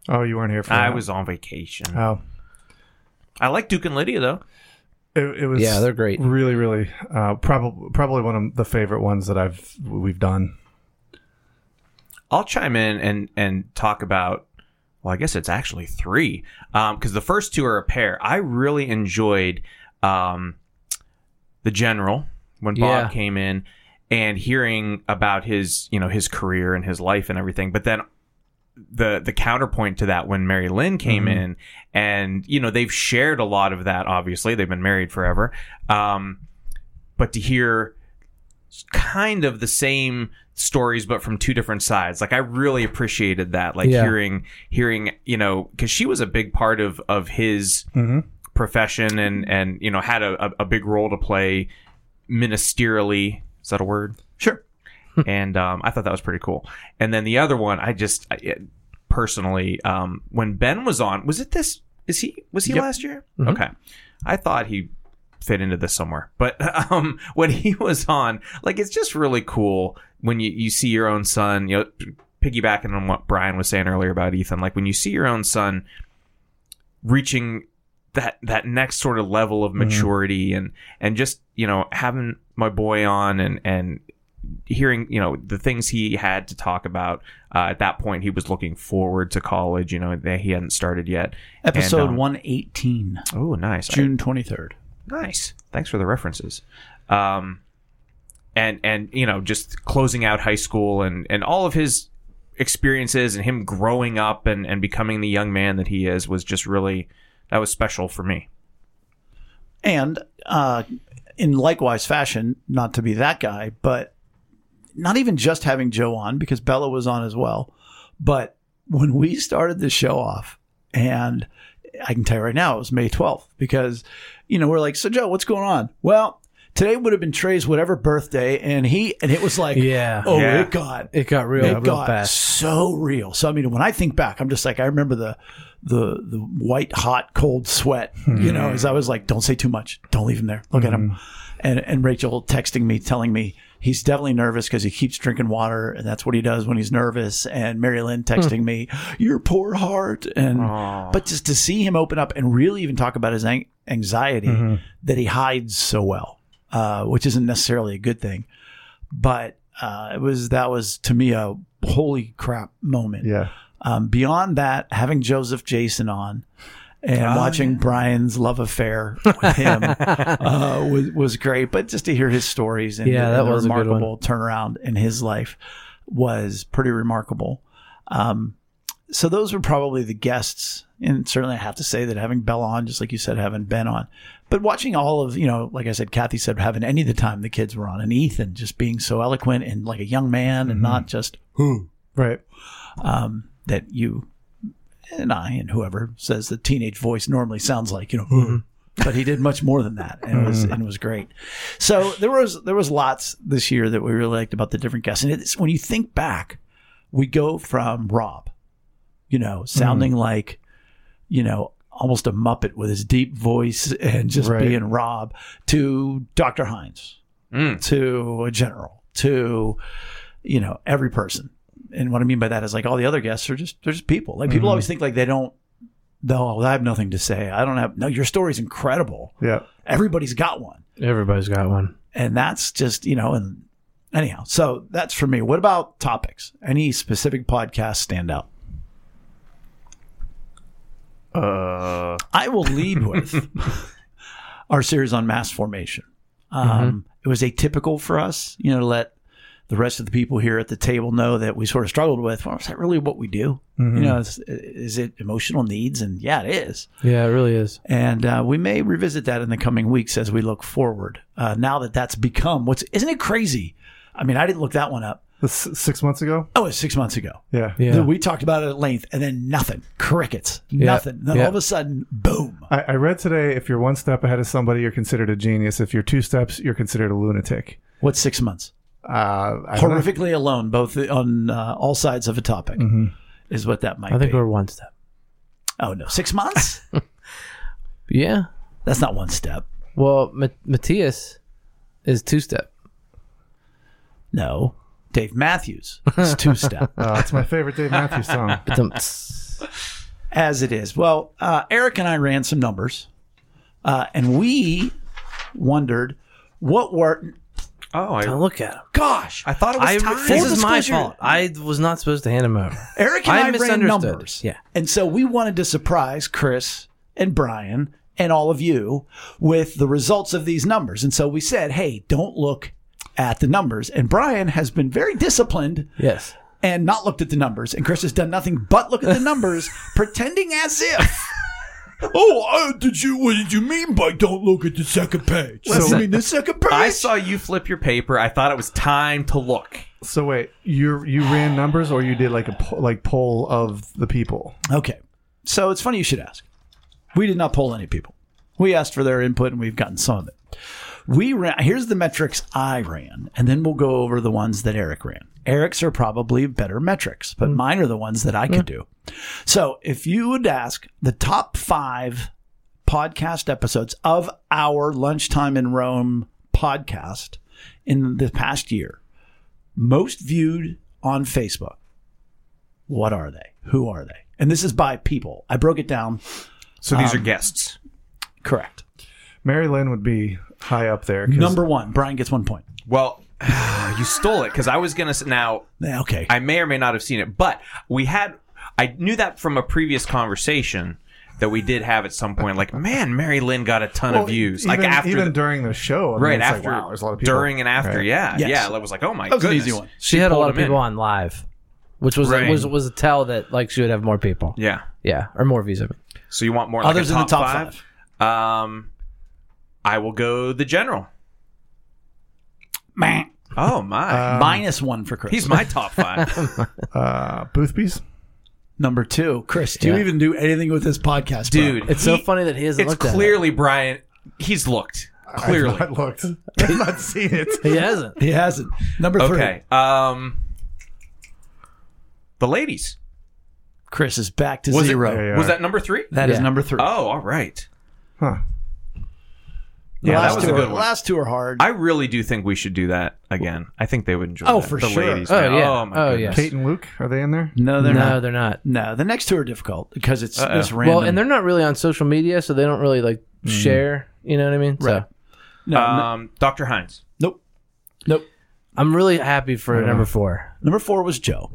Uh,
Oh, you weren't here for
I
that.
was on vacation.
Oh,
I like Duke and Lydia though.
it, it was.
Yeah, they're great.
Really, really. Uh, probably, probably one of the favorite ones that I've we've done.
I'll chime in and and talk about. Well, I guess it's actually three because the first two are a pair. I really enjoyed um, the general when Bob
Yeah.
came in and hearing about his you know his career and his life and everything. But then the the counterpoint to that when Mary Lynn came in and you know they've shared a lot of that. Obviously, they've been married forever. Um, but to hear kind of the same stories but from two different sides like i really appreciated that like
Yeah.
hearing hearing you know because she was a big part of of his profession and and you know had a, a, a big role to play ministerially is that a word
Sure.
and um, i thought that was pretty cool and then the other one i just I, it- personally um, when ben was on was it this is he was he last year okay i thought he fit into this somewhere. But um, when he was on, like, it's just really cool when you, you see your own son, you know, piggybacking on what Brian was saying earlier about Ethan, like, when you see your own son reaching that that next sort of level of maturity and and just you know having my boy on and and hearing you know the things he had to talk about uh, at that point he was looking forward to college you know that he hadn't started yet And,
Episode
um,
118,
oh nice I-
June 23rd.
Nice. Thanks for the references. Um, and and you know, just closing out high school and and all of his experiences and him growing up and and becoming the young man that he is was just really that was special for me.
And uh, in likewise fashion, not to be that guy, but not even just having Joe on because Bella was on as well. But when we started the show off, and I can tell you right now, it was May 12th because, you know, we're like, so Joe, what's going on? Well, today would have been Trey's whatever birthday, and he, and it was like,
Yeah.
oh,
Yeah.
it got
It got real,
it
real
got
fast.
so real. So I mean, when I think back, I'm just like, I remember the the the white hot cold sweat. You know,
Hmm.
as I was like, don't say too much, don't leave him there. Look at him. And and Rachel texting me, telling me he's definitely nervous because he keeps drinking water, and that's what he does when he's nervous. And Mary
Hmm.
Lynn texting me, your poor heart. And but just to see him open up and really even talk about his ang- anxiety
Mm-hmm.
that he hides so well, uh, which isn't necessarily a good thing but uh, it was that was to me a holy crap moment.
Yeah.
Um, beyond that, having Joseph Jason on and watching Brian's love affair with him uh, was was great. But just to hear his stories and,
Yeah,
and
that
the
was a good one.
remarkable turnaround in his life was pretty remarkable. Um, so those were probably the guests, and certainly I have to say that having Bella on, just like you said, having Ben on, but watching all of you know, like I said, Kathy said having any of the time the kids were on, and Ethan just being so eloquent and like a young man,
Mm-hmm.
and not just who
Right.
um, that you and I and whoever says the teenage voice normally sounds like, you know, but he did much more than that, and it was and it was great. So there was there was lots this year that we really liked about the different guests, and it's when you think back, we go from Rob, you know, sounding like, you know. Almost a Muppet with his deep voice and just
Right.
being Rob to Dr. Hines,
Mm.
to a general, to you know every person and what i mean by that is like all the other guests are just they're just people like people always think like they don't no i have nothing to say i don't have no your story's incredible
Yeah.
everybody's got one
Everybody's got one.
and that's just you know and anyhow so that's for me what about topics any specific podcast stand out
Uh,
I will lead with our series on mass formation. Um,
Mm-hmm.
It was atypical for us, you know, to let the rest of the people here at the table know that we sort of struggled with. Well, is that really what we do?
Mm-hmm.
You know, is, is it emotional needs? And yeah, it is.
Yeah, it really is.
And uh, we may revisit that in the coming weeks as we look forward. Uh, now that that's become what's, isn't it crazy? I mean, I didn't look that one up.
This six months ago.
Oh, it was six months ago.
Yeah.
Yeah.
We talked about it at length and then nothing, crickets, nothing. Then
Yeah.
all of a sudden, boom.
I, I read today if you're one step ahead of somebody, you're considered a genius. If you're two steps, you're considered a lunatic.
What's six months?
Uh, I don't know.
horrifically alone, both on uh, all sides of a topic, is what that might
I think
be.
we're one step.
Oh no, six months?
Yeah.
That's not one step.
Well, Ma- Matthias is two step.
No, Dave Matthews is two step.
Uh, it's my favorite Dave Matthews song.
as it is. Well, uh, Eric and I ran some numbers, uh, and we wondered what were.
Oh, I,
look at him.
Gosh,
I thought it was
I,
time.
this is my
disclosure-
fault. I was not supposed to hand him over.
Eric and
I
I, ran
misunderstood.
numbers.
Yeah.
and so we wanted to surprise Chris and Brian and all of you with the results of these numbers, and so we said, "Hey, don't look." At the numbers, and Brian has been very disciplined
Yes.
and not looked at the numbers. And Chris has done nothing but look at the numbers, pretending as if. Oh, uh, did you? What did you mean by don't look at the second page? So,
Listen,
you mean the second page?
I saw you flip your paper. I thought it was time to look.
So wait, you you ran numbers or you did like a po- like poll of the people?
Okay, so it's funny you should ask. We did not poll any people. We asked for their input, and we've gotten some of it. We ran. Here's the metrics I ran, and then we'll go over the ones that Eric ran. Eric's are probably better metrics, but mine are the ones that I could do. So, if you would ask the top five podcast episodes of our Lunchtime in Rome podcast in the past year, most viewed on Facebook, what are they? Who are they? And this is by people. I broke it down
So these are guests.
correct.
Mary Lynn would be high up there. 'cause
Number one, Brian gets one point.
Well, you stole it because I was gonna. s- Now
Yeah, Okay.
I may or may not have seen it, but we had. I knew that from a previous conversation that we did have at some point. Like, man, Mary Lynn got a ton
Well,
of views.
even,
like after
even
the,
during the show, I mean,
right
it's like,
after,
wow, there's a lot of people
during and after.
Right.
Yeah,
Yes.
yeah. That was like, oh my
That was an
goodness.
easy one.
She, had a
pulled
lot of
him
people
in.
on live, which was
Right.
was was a tell that like she would have more people.
Yeah.
Yeah, or more views. I mean,
So you want more?
Others
like a
in the top five.
five? Um, I will go the general.
Meh.
Oh
Uh,
my,
Minus one for Chris.
he's my top five,
Uh, Boothby's.
number two. Chris, do you
Yeah.
even do anything with this podcast, bro?
dude.
it's so
he-
funny that he hasn't
It's
looked
clearly Brian. He's looked clearly.
I've not looked.
Oh,
I've not seen it.
at it. He hasn't.
He hasn't. Number three.
Okay. Um, the ladies
Chris is back to
was
zero.
It,
That is
Yeah,
Was
yeah.
that number three?
Yeah.
number three.
Oh, all right.
Huh.
Yeah,
last
that was a
two
good
are,
one.
Last two are hard.
I really do think we should do that again. I think they would enjoy.
Oh,
that.
for
the
sure.
Ladies
Oh,
now.
yeah.
Oh my
Oh,
goodness.
Kate and Luke are they in there?
no, they're
no,
not.
they're not.
No, the next two are difficult because it's this random.
Well, and they're not really on social media, so they don't really like share. You know what I mean? So
no, no,
Um, Doctor Hines.
nope, nope.
I'm really happy for number four.
Number four was Joe,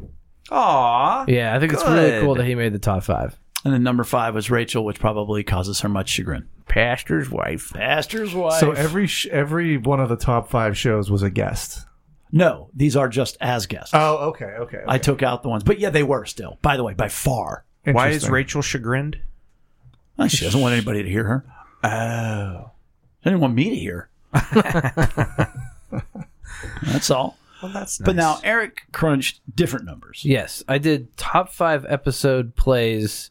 Aw.
Yeah, I think it's really
Good.
cool that he made the top five.
and then number five was Rachel, which probably causes her much chagrin.
Pastor's wife.
Pastor's wife.
So every sh- every one of the top five shows was a guest.
no, these are just as guests.
Oh, okay, okay. okay.
I took out the ones, but yeah, they were still. By the way, by far,
Why is
Interesting.
Rachel chagrined?
Uh, she doesn't want anybody to hear her.
Oh.
She didn't want me to hear. That's all.
Well, that's nice.
But now Eric crunched different numbers.
Yes, I did top five episode plays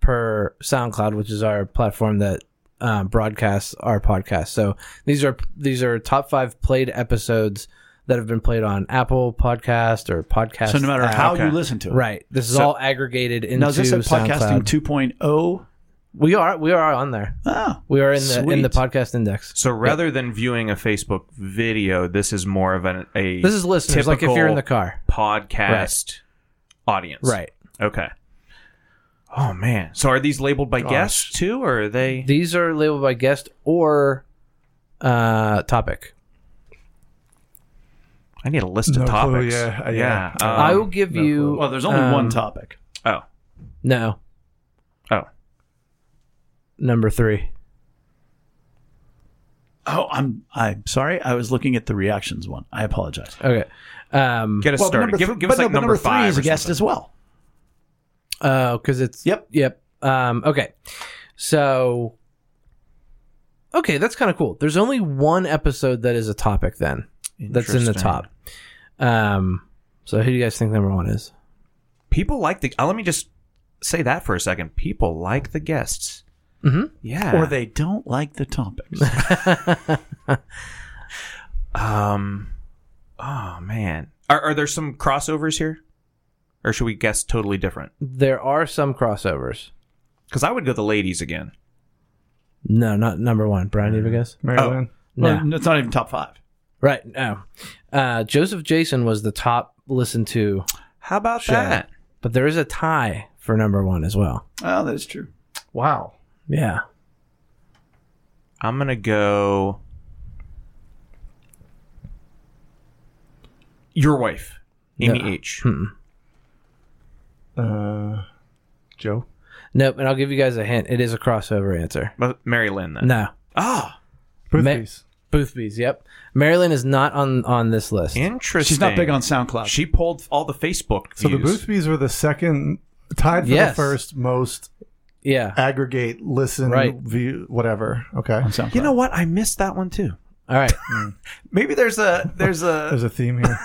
per SoundCloud, which is our platform that uh, broadcasts our podcast. So these are these are top five played episodes that have been played on Apple Podcast or podcast.
So no matter
app.
how
okay.
you listen to it,
Ah, right, this is
So-
all aggregated into
Now is this a
SoundCloud.
podcasting 2.0?
we are we are on there.
Ah,
We are in the in the
Sweet.
podcast index.
So rather than viewing a Facebook video, this is more of an a
This is listeners, like if you're in the car,
podcast audience,
right?
Okay. Oh man. So are these labeled by guests too, or are they?
These are labeled by guest or uh, topic.
I need a list of
No clue,
topics.
yeah, uh,
yeah.
yeah.
um,
I will give
no
you.
clue.
well, there's only
um,
one topic.
Oh.
No,
Oh.
number three.
Oh, I'm I'm sorry. I was looking at the reactions one. I apologize.
Okay. Um.
Get us
Well, but
started.
number
Give,
th-
give us
but no,
like
but
number,
three
five.
is
or
a guest
something.
as well.
Oh, because it's
Yep.
Yep. Um. Okay. So. Okay, that's kind of cool. There's only one episode that is a topic then. That's in the
Interesting.
top. Um. So who do you guys think number one is?
People like the. uh, let me just say that for a second. People like the guests.
Mhm.
Yeah.
Or they don't like the topics.
Um. Oh man, are are there some crossovers here, or should we guess totally different?
There are some crossovers.
Because I would go the ladies again.
No, not number one. Brian, you have a guess?
Marilyn.
No.
Mm. Well, it's not even top five.
Right. No. Uh, Joseph Jason was the top listened to,
How about
Sure.
that?
but there is a tie for number one as well.
Oh, that is true.
Wow.
Yeah.
I'm gonna go. Your wife, Amy
No.
H.
Mm-mm.
Uh, Joe.
Nope. And I'll give you guys a hint. It is a crossover answer.
But Mary Lynn then.
No.
Oh,
Boothby's.
Boothby's. Yep. Marilyn is not on on this list.
interesting.
She's not big on SoundCloud.
She pulled all the Facebook.
so the
views.
Boothby's were the second, tied for
Yes.
the first most
Yeah.
aggregate listen
Right.
view whatever. Okay,
on SoundCloud.
You know what? I missed that one too.
All right.
Maybe there's a there's a
there's a theme here.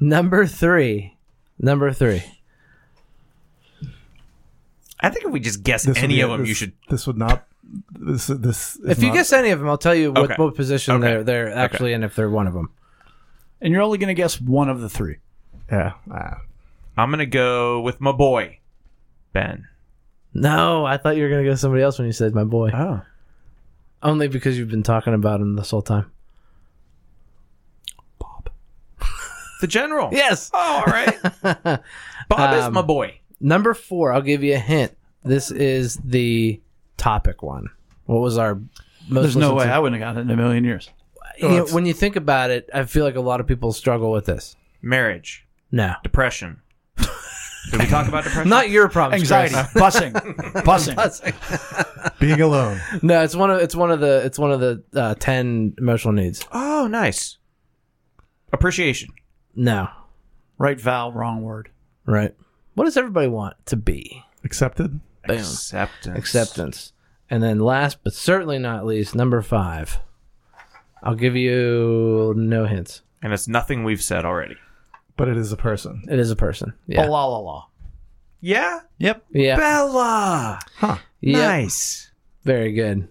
number three. Number three.
I think if we just guess
This would
any
be-
of them,
this-
you should.
This would not. This this. is
If you
not-
guess any of them, I'll tell you what,
Okay.
what position
Okay.
they're they're actually in if they're one of them.
and you're only going to guess one of the three.
yeah, ah,
I'm gonna go with my boy, Ben.
No, I thought you were gonna go somebody else when you said my boy.
Oh,
Only because you've been talking about him this whole time.
the general.
Yes.
Oh, all right. Bob is
Um,
my boy.
Number four, I'll give you a hint. This is the topic one. What was our most
There's no
listened
way
to-
I wouldn't have gotten it in a million years.
You know, when you think about it, I feel like a lot of people struggle with this.
Marriage,
No.
depression. Did we talk about depression?
Not your problem.
Anxiety, bussing, bussing.
being alone.
No, it's one of it's one of the it's one of the uh, ten emotional needs.
Oh, nice. Appreciation.
No.
Right vowel, wrong word.
Right. What does everybody want to be?
Accepted.
Boom.
Acceptance.
Acceptance. And then last but certainly not least, number five. I'll give you no hints.
And it's nothing we've said already.
But it is a person.
It is a person.
Yeah.
Yeah.
La la la.
Yeah.
Yep.
yeah.
Bella.
Yep.
Nice.
Very good.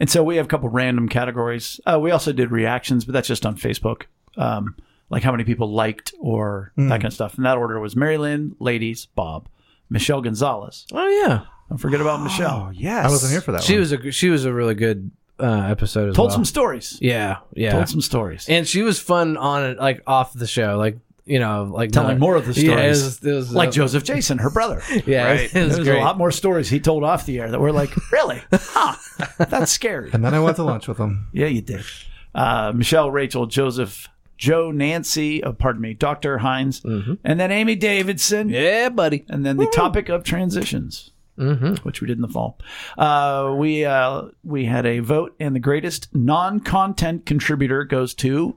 And so we have a couple random categories. Uh, we also did reactions, but that's just on Facebook. Um, like how many people liked or
Hmm.
that kind of stuff. And that order was Mary Lynn, ladies, Bob, Michelle Gonzalez.
Oh yeah.
Don't forget
Ah,
about
Oh
Michelle.
yes.
I wasn't here for that.
She
one.
was a she was a really good uh, episode as
Told
well.
some stories.
yeah, yeah.
Told some stories.
and she was fun on it, like off the show, like you know, like
Telling
not-
more of the
Yeah, it
stories.
was, it was,
like
uh,
Joseph Jason, her brother.
Yeah, it
Right.
was- it was
There's
great.
a lot more stories he told off the air that were like, really? Huh. That's scary.
and then I went to lunch with him.
Yeah, you did. Uh, Michelle, Rachel, Joseph, Joe, Nancy, oh, pardon me, Dr. Hines, and then Amy Davidson.
Yeah, buddy.
And then the topic of transitions,
Mm-hmm.
which we did in the fall. Uh, we uh, we had a vote, and the greatest non-content contributor goes to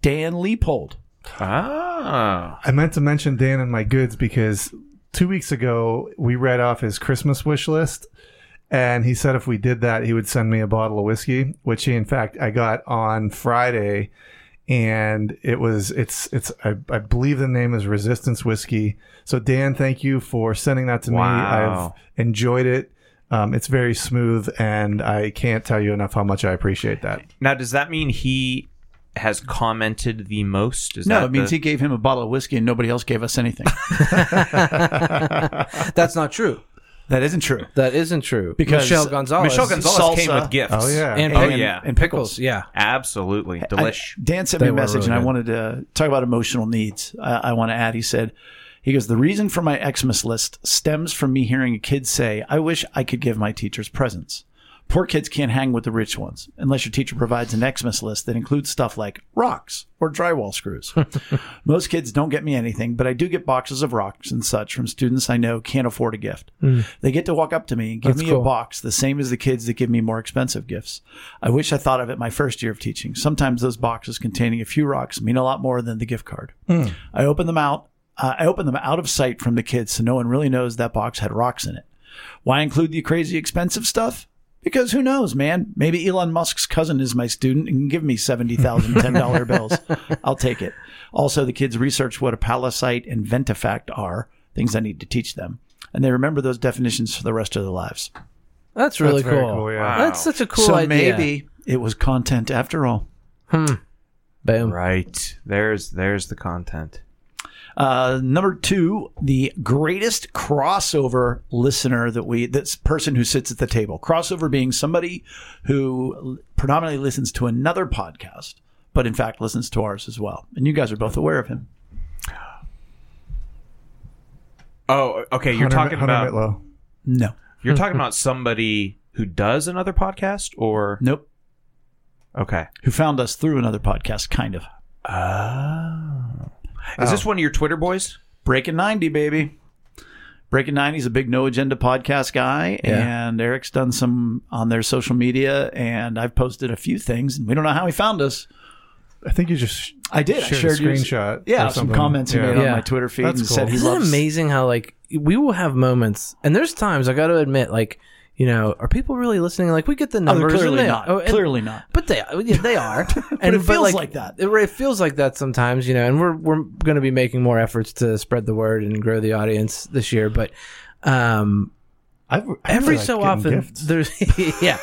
Dan Leopold.
Oh.
I meant to mention Dan and my goods because two weeks ago we read off his Christmas wish list, and he said if we did that, he would send me a bottle of whiskey, which he in fact I got on Friday, and it was it's it's I, I believe the name is Resistance Whiskey. So Dan, thank you for sending that to me.
Wow.
I've enjoyed it. Um, it's very smooth, and I can't tell you enough how much I appreciate that.
Now, does that mean he has commented the most? Is
No,
that
it means
the-
he gave him a bottle of whiskey, and nobody else gave us anything.
That's not true.
that isn't true.
That isn't true.
Because
Michelle Gonzalez,
Michelle Gonzalez came
Salsa.
with gifts.
Oh yeah,
and,
Oh,
pickles.
yeah.
and pickles. Yeah,
Absolutely delish.
I- Dan sent
They
me a
were
message,
really
and I
good.
wanted to talk about emotional needs. I, I want to add, he said, he goes, the reason for my Xmas list stems from me hearing a kid say, I wish I could give my teachers presents. Poor kids can't hang with the rich ones unless your teacher provides an Xmas list that includes stuff like rocks or drywall screws. Most kids don't get me anything, but I do get boxes of rocks and such from students I know can't afford a gift. They get to walk up to me and give
Hmm. That's
me
cool.
a box, the same as the kids that give me more expensive gifts. I wish I thought of it my first year of teaching. Sometimes those boxes containing a few rocks mean a lot more than the gift card.
Hmm.
I open them out. Uh, I open them out of sight from the kids, so no one really knows that box had rocks in it. Why include the crazy expensive stuff? Because who knows, man? Maybe Elon Musk's cousin is my student and can give me $70,000 $10 bills. I'll take it. Also, the kids research what a palisite and ventifact are, things I need to teach them. And they remember those definitions for the rest of their lives.
that's really
That's very
cool.
cool, yeah.
Wow.
That's such a cool
so
idea.
maybe it was content after all.
Boom.
Right. There's there's the content.
Uh, number two, the greatest crossover listener that we, this person who sits at the table. Crossover being somebody who predominantly listens to another podcast, but in fact listens to ours as well. And you guys are both aware of him.
Oh, okay. You're
Hunter-
talking
Hunter
about
Mitlow.
No.
you're talking about somebody who does another podcast or
Nope.
okay.
Who found us through another podcast, kind of.
Is
Oh.
this one of your Twitter boys?
Breaking 90, baby. Breaking 90 is a big no agenda podcast guy.
Yeah.
And Eric's done some on their social media. And I've posted a few things. And we don't know how he found us.
I think you just
I did. I
shared,
shared
a
yours.
screenshot.
Yeah,
or
some
something.
comments he
Yeah.
made on
Yeah.
my Twitter feed
That's
and said
cool.
he
Isn't it
loves.
amazing how like we will have moments, and there's times I got to admit, like you know, are people really listening? Like we get the
Oh, they're
numbers, and
clearly
they-
not.
oh, and-
clearly not.
but they yeah, they are, and
it feels like that.
It, it feels like that sometimes, you know. And we're we're going to be making more efforts to spread the word and grow the audience this year, but. Um,
I, I really
every
like
so
getting
often
gifts.
there's yeah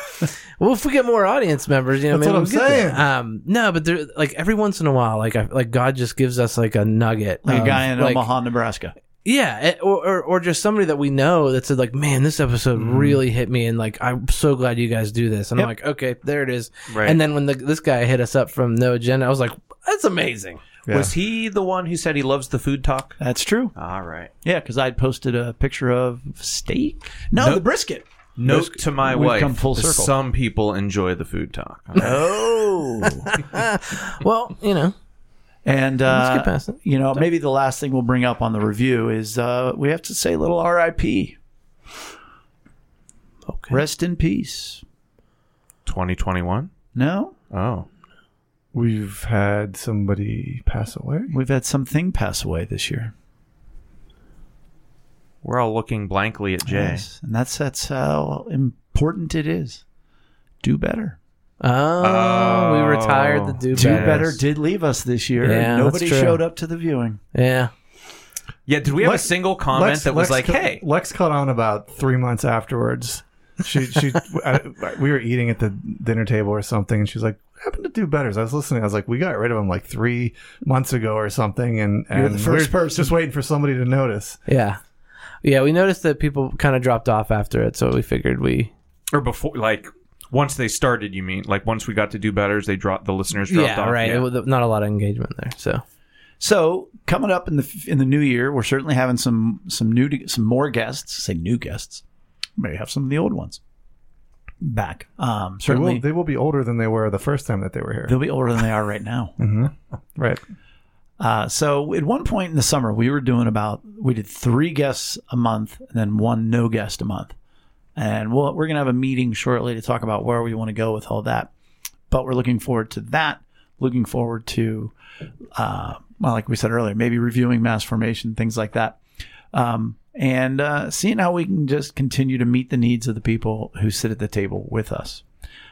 well if we get more audience members you know
That's
maybe
what
we'll
I'm
get there.
saying.
um no but there like every once in a while like I, like god just gives us like a nugget
Like a
of,
guy in
um, like,
Omaha, Nebraska.
yeah it- or, or or just somebody that we know that said like man this episode really hit me and like i'm so glad you guys do this and i'm like okay there it is
Right.
and then when the, this guy hit us up from no agenda i was like that's amazing
Yeah.
Was he the one who said he loves the food talk?
That's true.
All right.
Yeah, because I had posted a picture of steak. No, the brisket.
Note to my
we've
wife:
come full circle.
Some people enjoy the food talk.
Oh.
well you know
and uh,
get past it.
you know, maybe the last thing we'll bring up on the review is uh, we have to say a little R.I.P.
okay
Rest in peace.
Twenty twenty one.
No,
Oh,
We've had somebody pass away.
we've had something pass away this year.
we're all looking blankly at Jay.
and that's that's how important it is. Do better.
oh, we retired the do
Do
better.
better did leave us this year.
Yeah, that's
Nobody
true.
showed up to the viewing.
yeah
Yeah. Did we have
Lex-
a single comment that was like,
ca-
"Hey,
Lex caught on about three months afterwards. She, she, I, we were eating at the dinner table or something, and she's like, "What happened to Do Betters?" I was listening. I was like, "We got rid of him like three months ago or something." And, and
You're the first
we're
person.
just waiting for somebody to notice.
Yeah. Yeah, we noticed that people kind of dropped off after it, so we figured we
or before like once they started you mean like once we got to do betters they dropped the listeners dropped
yeah
off
right. It was not a lot of engagement there, so
So coming up in the in the new year, we're certainly having some some new some more guests. Say new guests. Maybe have some of the old ones back. Um,
They will,
certainly
they will be older than they were the first time that they were here. Mm-hmm.
they'll be older than they are right now.
right.
Uh, so at one point in the summer, we were doing about we did three guests a month and then one no guest a month, and we'll, we're gonna have a meeting shortly to talk about where we want to go with all that. But we're looking forward to that. Looking forward to, uh, well, like we said earlier, maybe reviewing mass formation things like that, um, and uh, seeing how we can just continue to meet the needs of the people who sit at the table with us.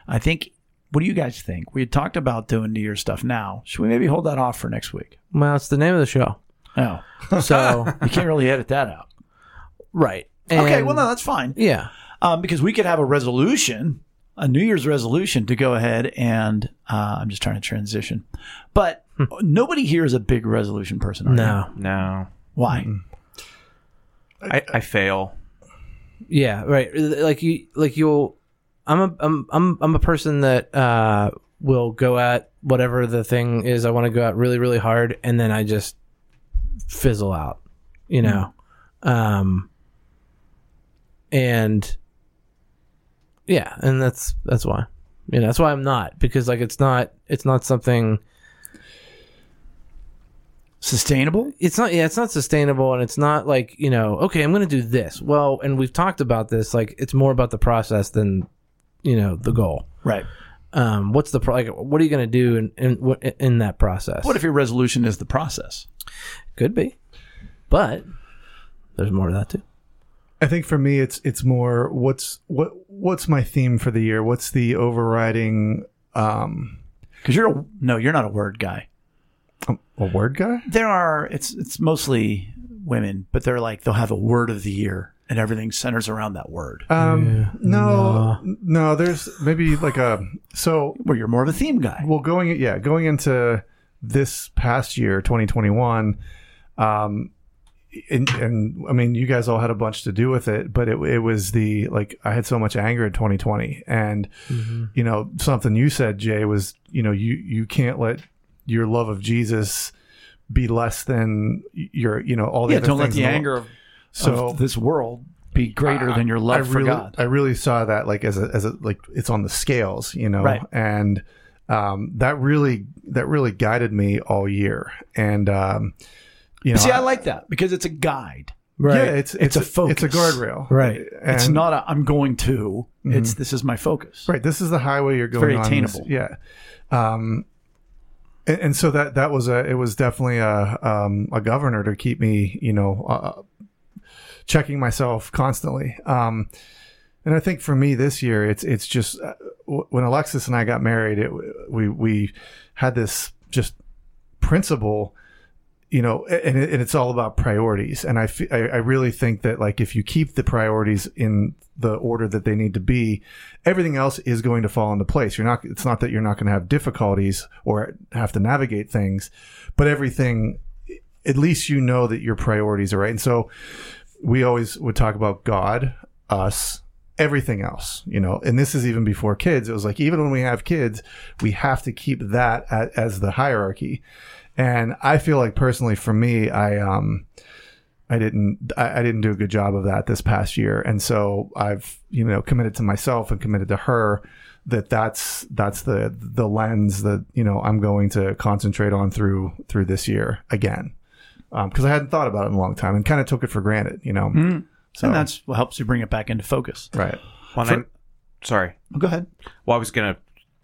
I think. What do you guys think? We had talked about doing New Year stuff now. Should we maybe hold that off for next week?
well, it's the name of the show.
Oh,
So
you can't really edit that out.
right.
okay,
And-
well, no, that's fine.
Yeah.
Um, because we could have a resolution, a New Year's resolution to go ahead and uh, I'm just trying to transition. But nobody here is a big resolution person. Are you?
No.
no
Why?
I, I fail
Yeah, right. Like you like you'll I'm a I'm I'm I'm a person that uh will go at whatever the thing is I want to go at really really hard and then I just fizzle out, you know. Um and yeah, and that's that's why. You know, that's why I'm not because like it's not it's not something
Sustainable?
it's not yeah it's not sustainable and it's not like you know okay i'm gonna do this well and we've talked about this like it's more about the process than you know the goal
Right.
um what's the pro- like what are you gonna do in in, what- in that process
What if your resolution is the process?
could be but there's more to that too
I think for me, it's it's more what's what what's my theme for the year? What's the overriding? Um,
Because you're a, no, you're not a word guy.
I'm a word guy.
There are it's it's mostly women, but they're like they'll have a word of the year, and everything centers around that word.
Um, no, no. There's maybe like a so
Where you're more of a theme guy.
well going yeah going into this past year, 2021. Um, and, and I mean, you guys all had a bunch to do with it, but it, it was the like I had so much anger in 2020, and
Mm-hmm.
you know something you said, Jay, was you know you you can't let your love of Jesus be less than your you know all the
Yeah,
other
don't let
things
the
in
anger of,
So-
of this world be greater than your love
I really,
for God.
I really saw that like as a as a like it's on the scales, you know,
Right.
and um, that really that really guided me all year, and um, you know,
See, I like that because it's a guide.
Right.
yeah, it's it's,
It's a
it's a
focus.
guardrail,
Right.
it's
And-
not a I'm going to. It's this is my focus.
Right. This is the highway you're going
very
on.
attainable.
yeah. Um, and, and so that that was a it was definitely a um, a governor to keep me you know uh, checking myself constantly. Um, and I think for me this year it's it's just uh, w- when Alexis and I got married it we we had this just principle you know and, it, and it's all about priorities and I, fe- I I really think that like if you keep the priorities in the order that they need to be everything else is going to fall into place you're not it's not that you're not going to have difficulties or have to navigate things but everything at least you know that your priorities are right and so we always would talk about god us everything else you know and this is even before kids it was like even when we have kids we have to keep that at, as the hierarchy and i feel like personally for me i um i didn't I, I didn't do a good job of that this past year and so i've you know committed to myself and committed to her that that's that's the the lens that you know i'm going to concentrate on through through this year again because i hadn't thought about it in a long time and kind of took it for granted you know
Hmm.
so
And that's Mm-hmm. what helps you bring it back into focus.
right
Well, and I'm- sorry.
Go ahead.
Well, I was gonna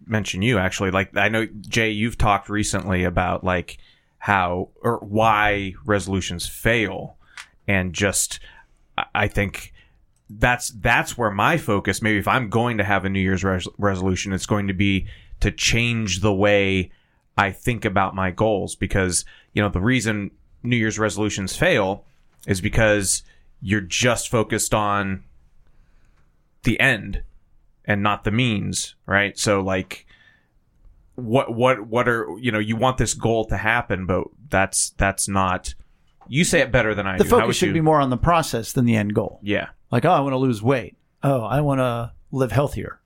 mention you actually. Like I know Jay, you've talked recently about like how or why resolutions fail, and just I- I think that's that's where my focus. Maybe if I'm going to have a New Year's res- resolution, it's going to be to change the way I think about my goals because you know the reason New Year's resolutions fail is because you're just focused on the end and not the means, right? So like what what what are you know, you want this goal to happen, but that's that's not you say it better than I
The
do. How
focus
would
should
you-
be more on the process than the end goal.
Yeah.
Like, oh, I want to lose weight. Oh, I want to live healthier.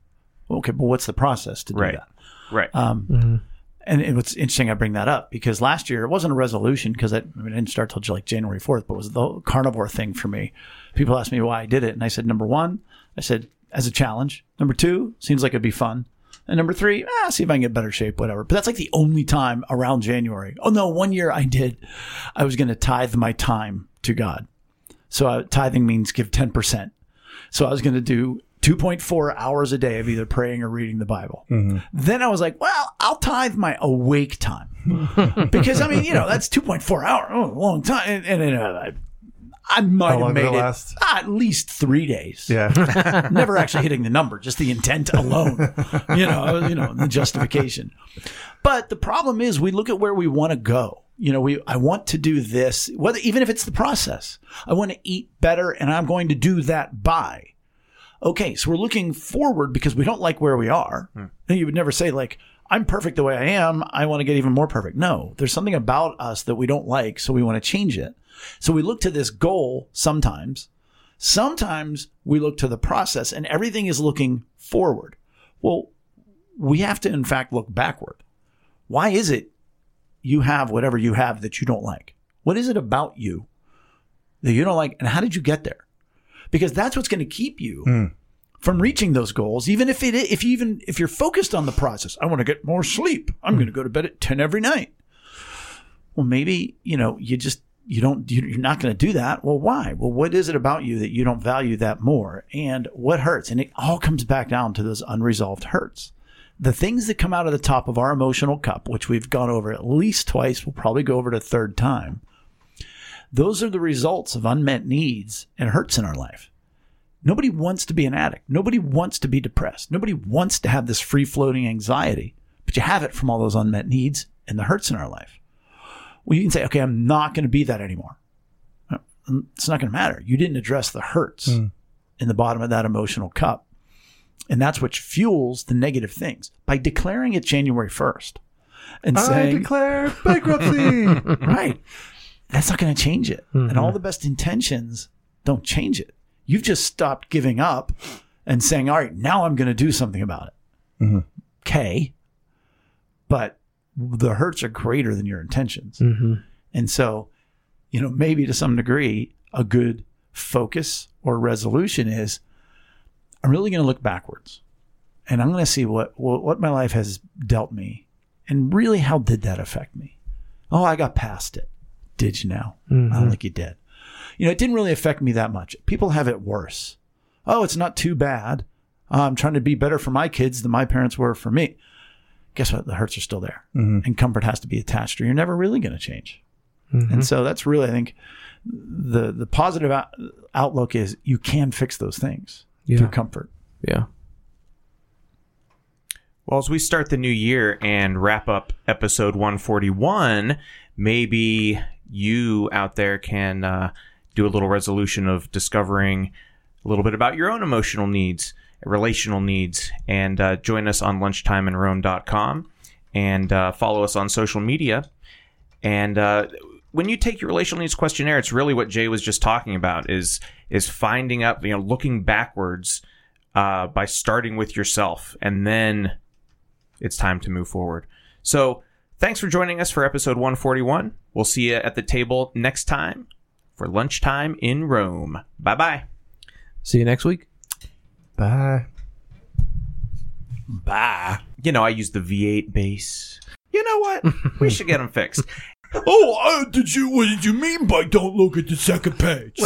Okay, but what's the process to do
Right.
that? Um,
Right.
Mm-hmm.
And it, what's interesting, I bring that up because last year it wasn't a resolution because I, I mean, I didn't start till like January 4th, but it was the whole carnivore thing for me. People asked me why I did it. And I said, number one, I said, as a challenge. Number two, seems like it'd be fun. And number three, ah, see if I can get better shape, whatever. But that's like the only time around January. Oh, no, one year I did. I was going to tithe my time to God. So uh, tithing means give 10%. So I was going to do 2.4 hours a day of either praying or reading the Bible.
Mm-hmm.
Then I was like, well, I'll tithe my awake time because I mean, you know, that's 2.4 hour, oh, a long time. And, and, and, uh, I, I might
How long
have
did
made
it
it
last?
ah, at least three days.
yeah
Never actually hitting the number, just the intent alone. you know, you know, the justification. But the problem is we look at where we want to go. You know, we I want to do this, whether even if it's the process. I want to eat better and I'm going to do that by. Okay, so we're looking forward because we don't like where we are. And you would never say like I'm perfect the way I am. I want to get even more perfect. No, there's something about us that we don't like, so we want to change it. So we look to this goal sometimes. Sometimes we look to the process and everything is looking forward. Well, we have to in fact look backward why is it you have whatever you have that you don't like? What is it about you that you don't like? And how did you get there? Because that's what's going to keep you from reaching those goals, even if it if you even if you're focused on the process. I want to get more sleep. I'm going to go to bed at 10 every night. Well, maybe, you know, you just you don't you- you're not going to do that. Well, why? Well, what is it about you that you don't value that more? And what hurts? And it all comes back down to those unresolved hurts the things that come out of the top of our emotional cup, which we've gone over at least twice, we'll probably go over it a third time, those are the results of unmet needs and hurts in our life. Nobody wants to be an addict. Nobody wants to be depressed. Nobody wants to have this free floating anxiety, but you have it from all those unmet needs and the hurts in our life. Well, you can say, okay, I'm not going to be that anymore. Uh, It's not going to matter. You didn't address the hurts in the bottom of that emotional cup. And that's what fuels the negative things by declaring it January 1st. and
I
saying,
declare bankruptcy.
right. That's not going to change it. And all the best intentions don't change it. You've just stopped giving up and saying, all right, now I'm going to do something about it. Okay. But the hurts are greater than your intentions.
Mm-hmm.
And so, you know, maybe to some degree, a good focus or resolution is I'm really going to look backwards and I'm going to see what, what, what my life has dealt me and really how did that affect me? Oh, I got past it. Did you now? I
Mm-hmm.
don't think you did. You know, it didn't really affect me that much. People have it worse. Oh, it's not too bad. I'm trying to be better for my kids than my parents were for me. Guess what? The hurts are still there. And comfort has to be attached, or you're never really going to change.
Mm-hmm.
And so that's really, I think, the the positive out- outlook is you can fix those things
Yeah.
through comfort.
Mm-hmm. Yeah.
Well, as we start the new year and wrap up episode 141, maybe you out there can uh, do a little resolution of discovering a little bit about your own emotional needs, relational needs, and uh, join us on lunchtimeinrome.com and uh, follow us on social media. And uh, when you take your relational needs questionnaire, it's really what Jay was just talking about is is finding up, you know, looking backwards uh, by starting with yourself, and then it's time to move forward. So, thanks for joining us for episode 141. We'll see you at the table next time for lunchtime in Rome. Bye bye.
See you next week.
Bye.
Bah.
You know, I use the V8 bass. You know what? we should get them fixed.
Oh, uh, did you? What did you mean by don't look at the second page?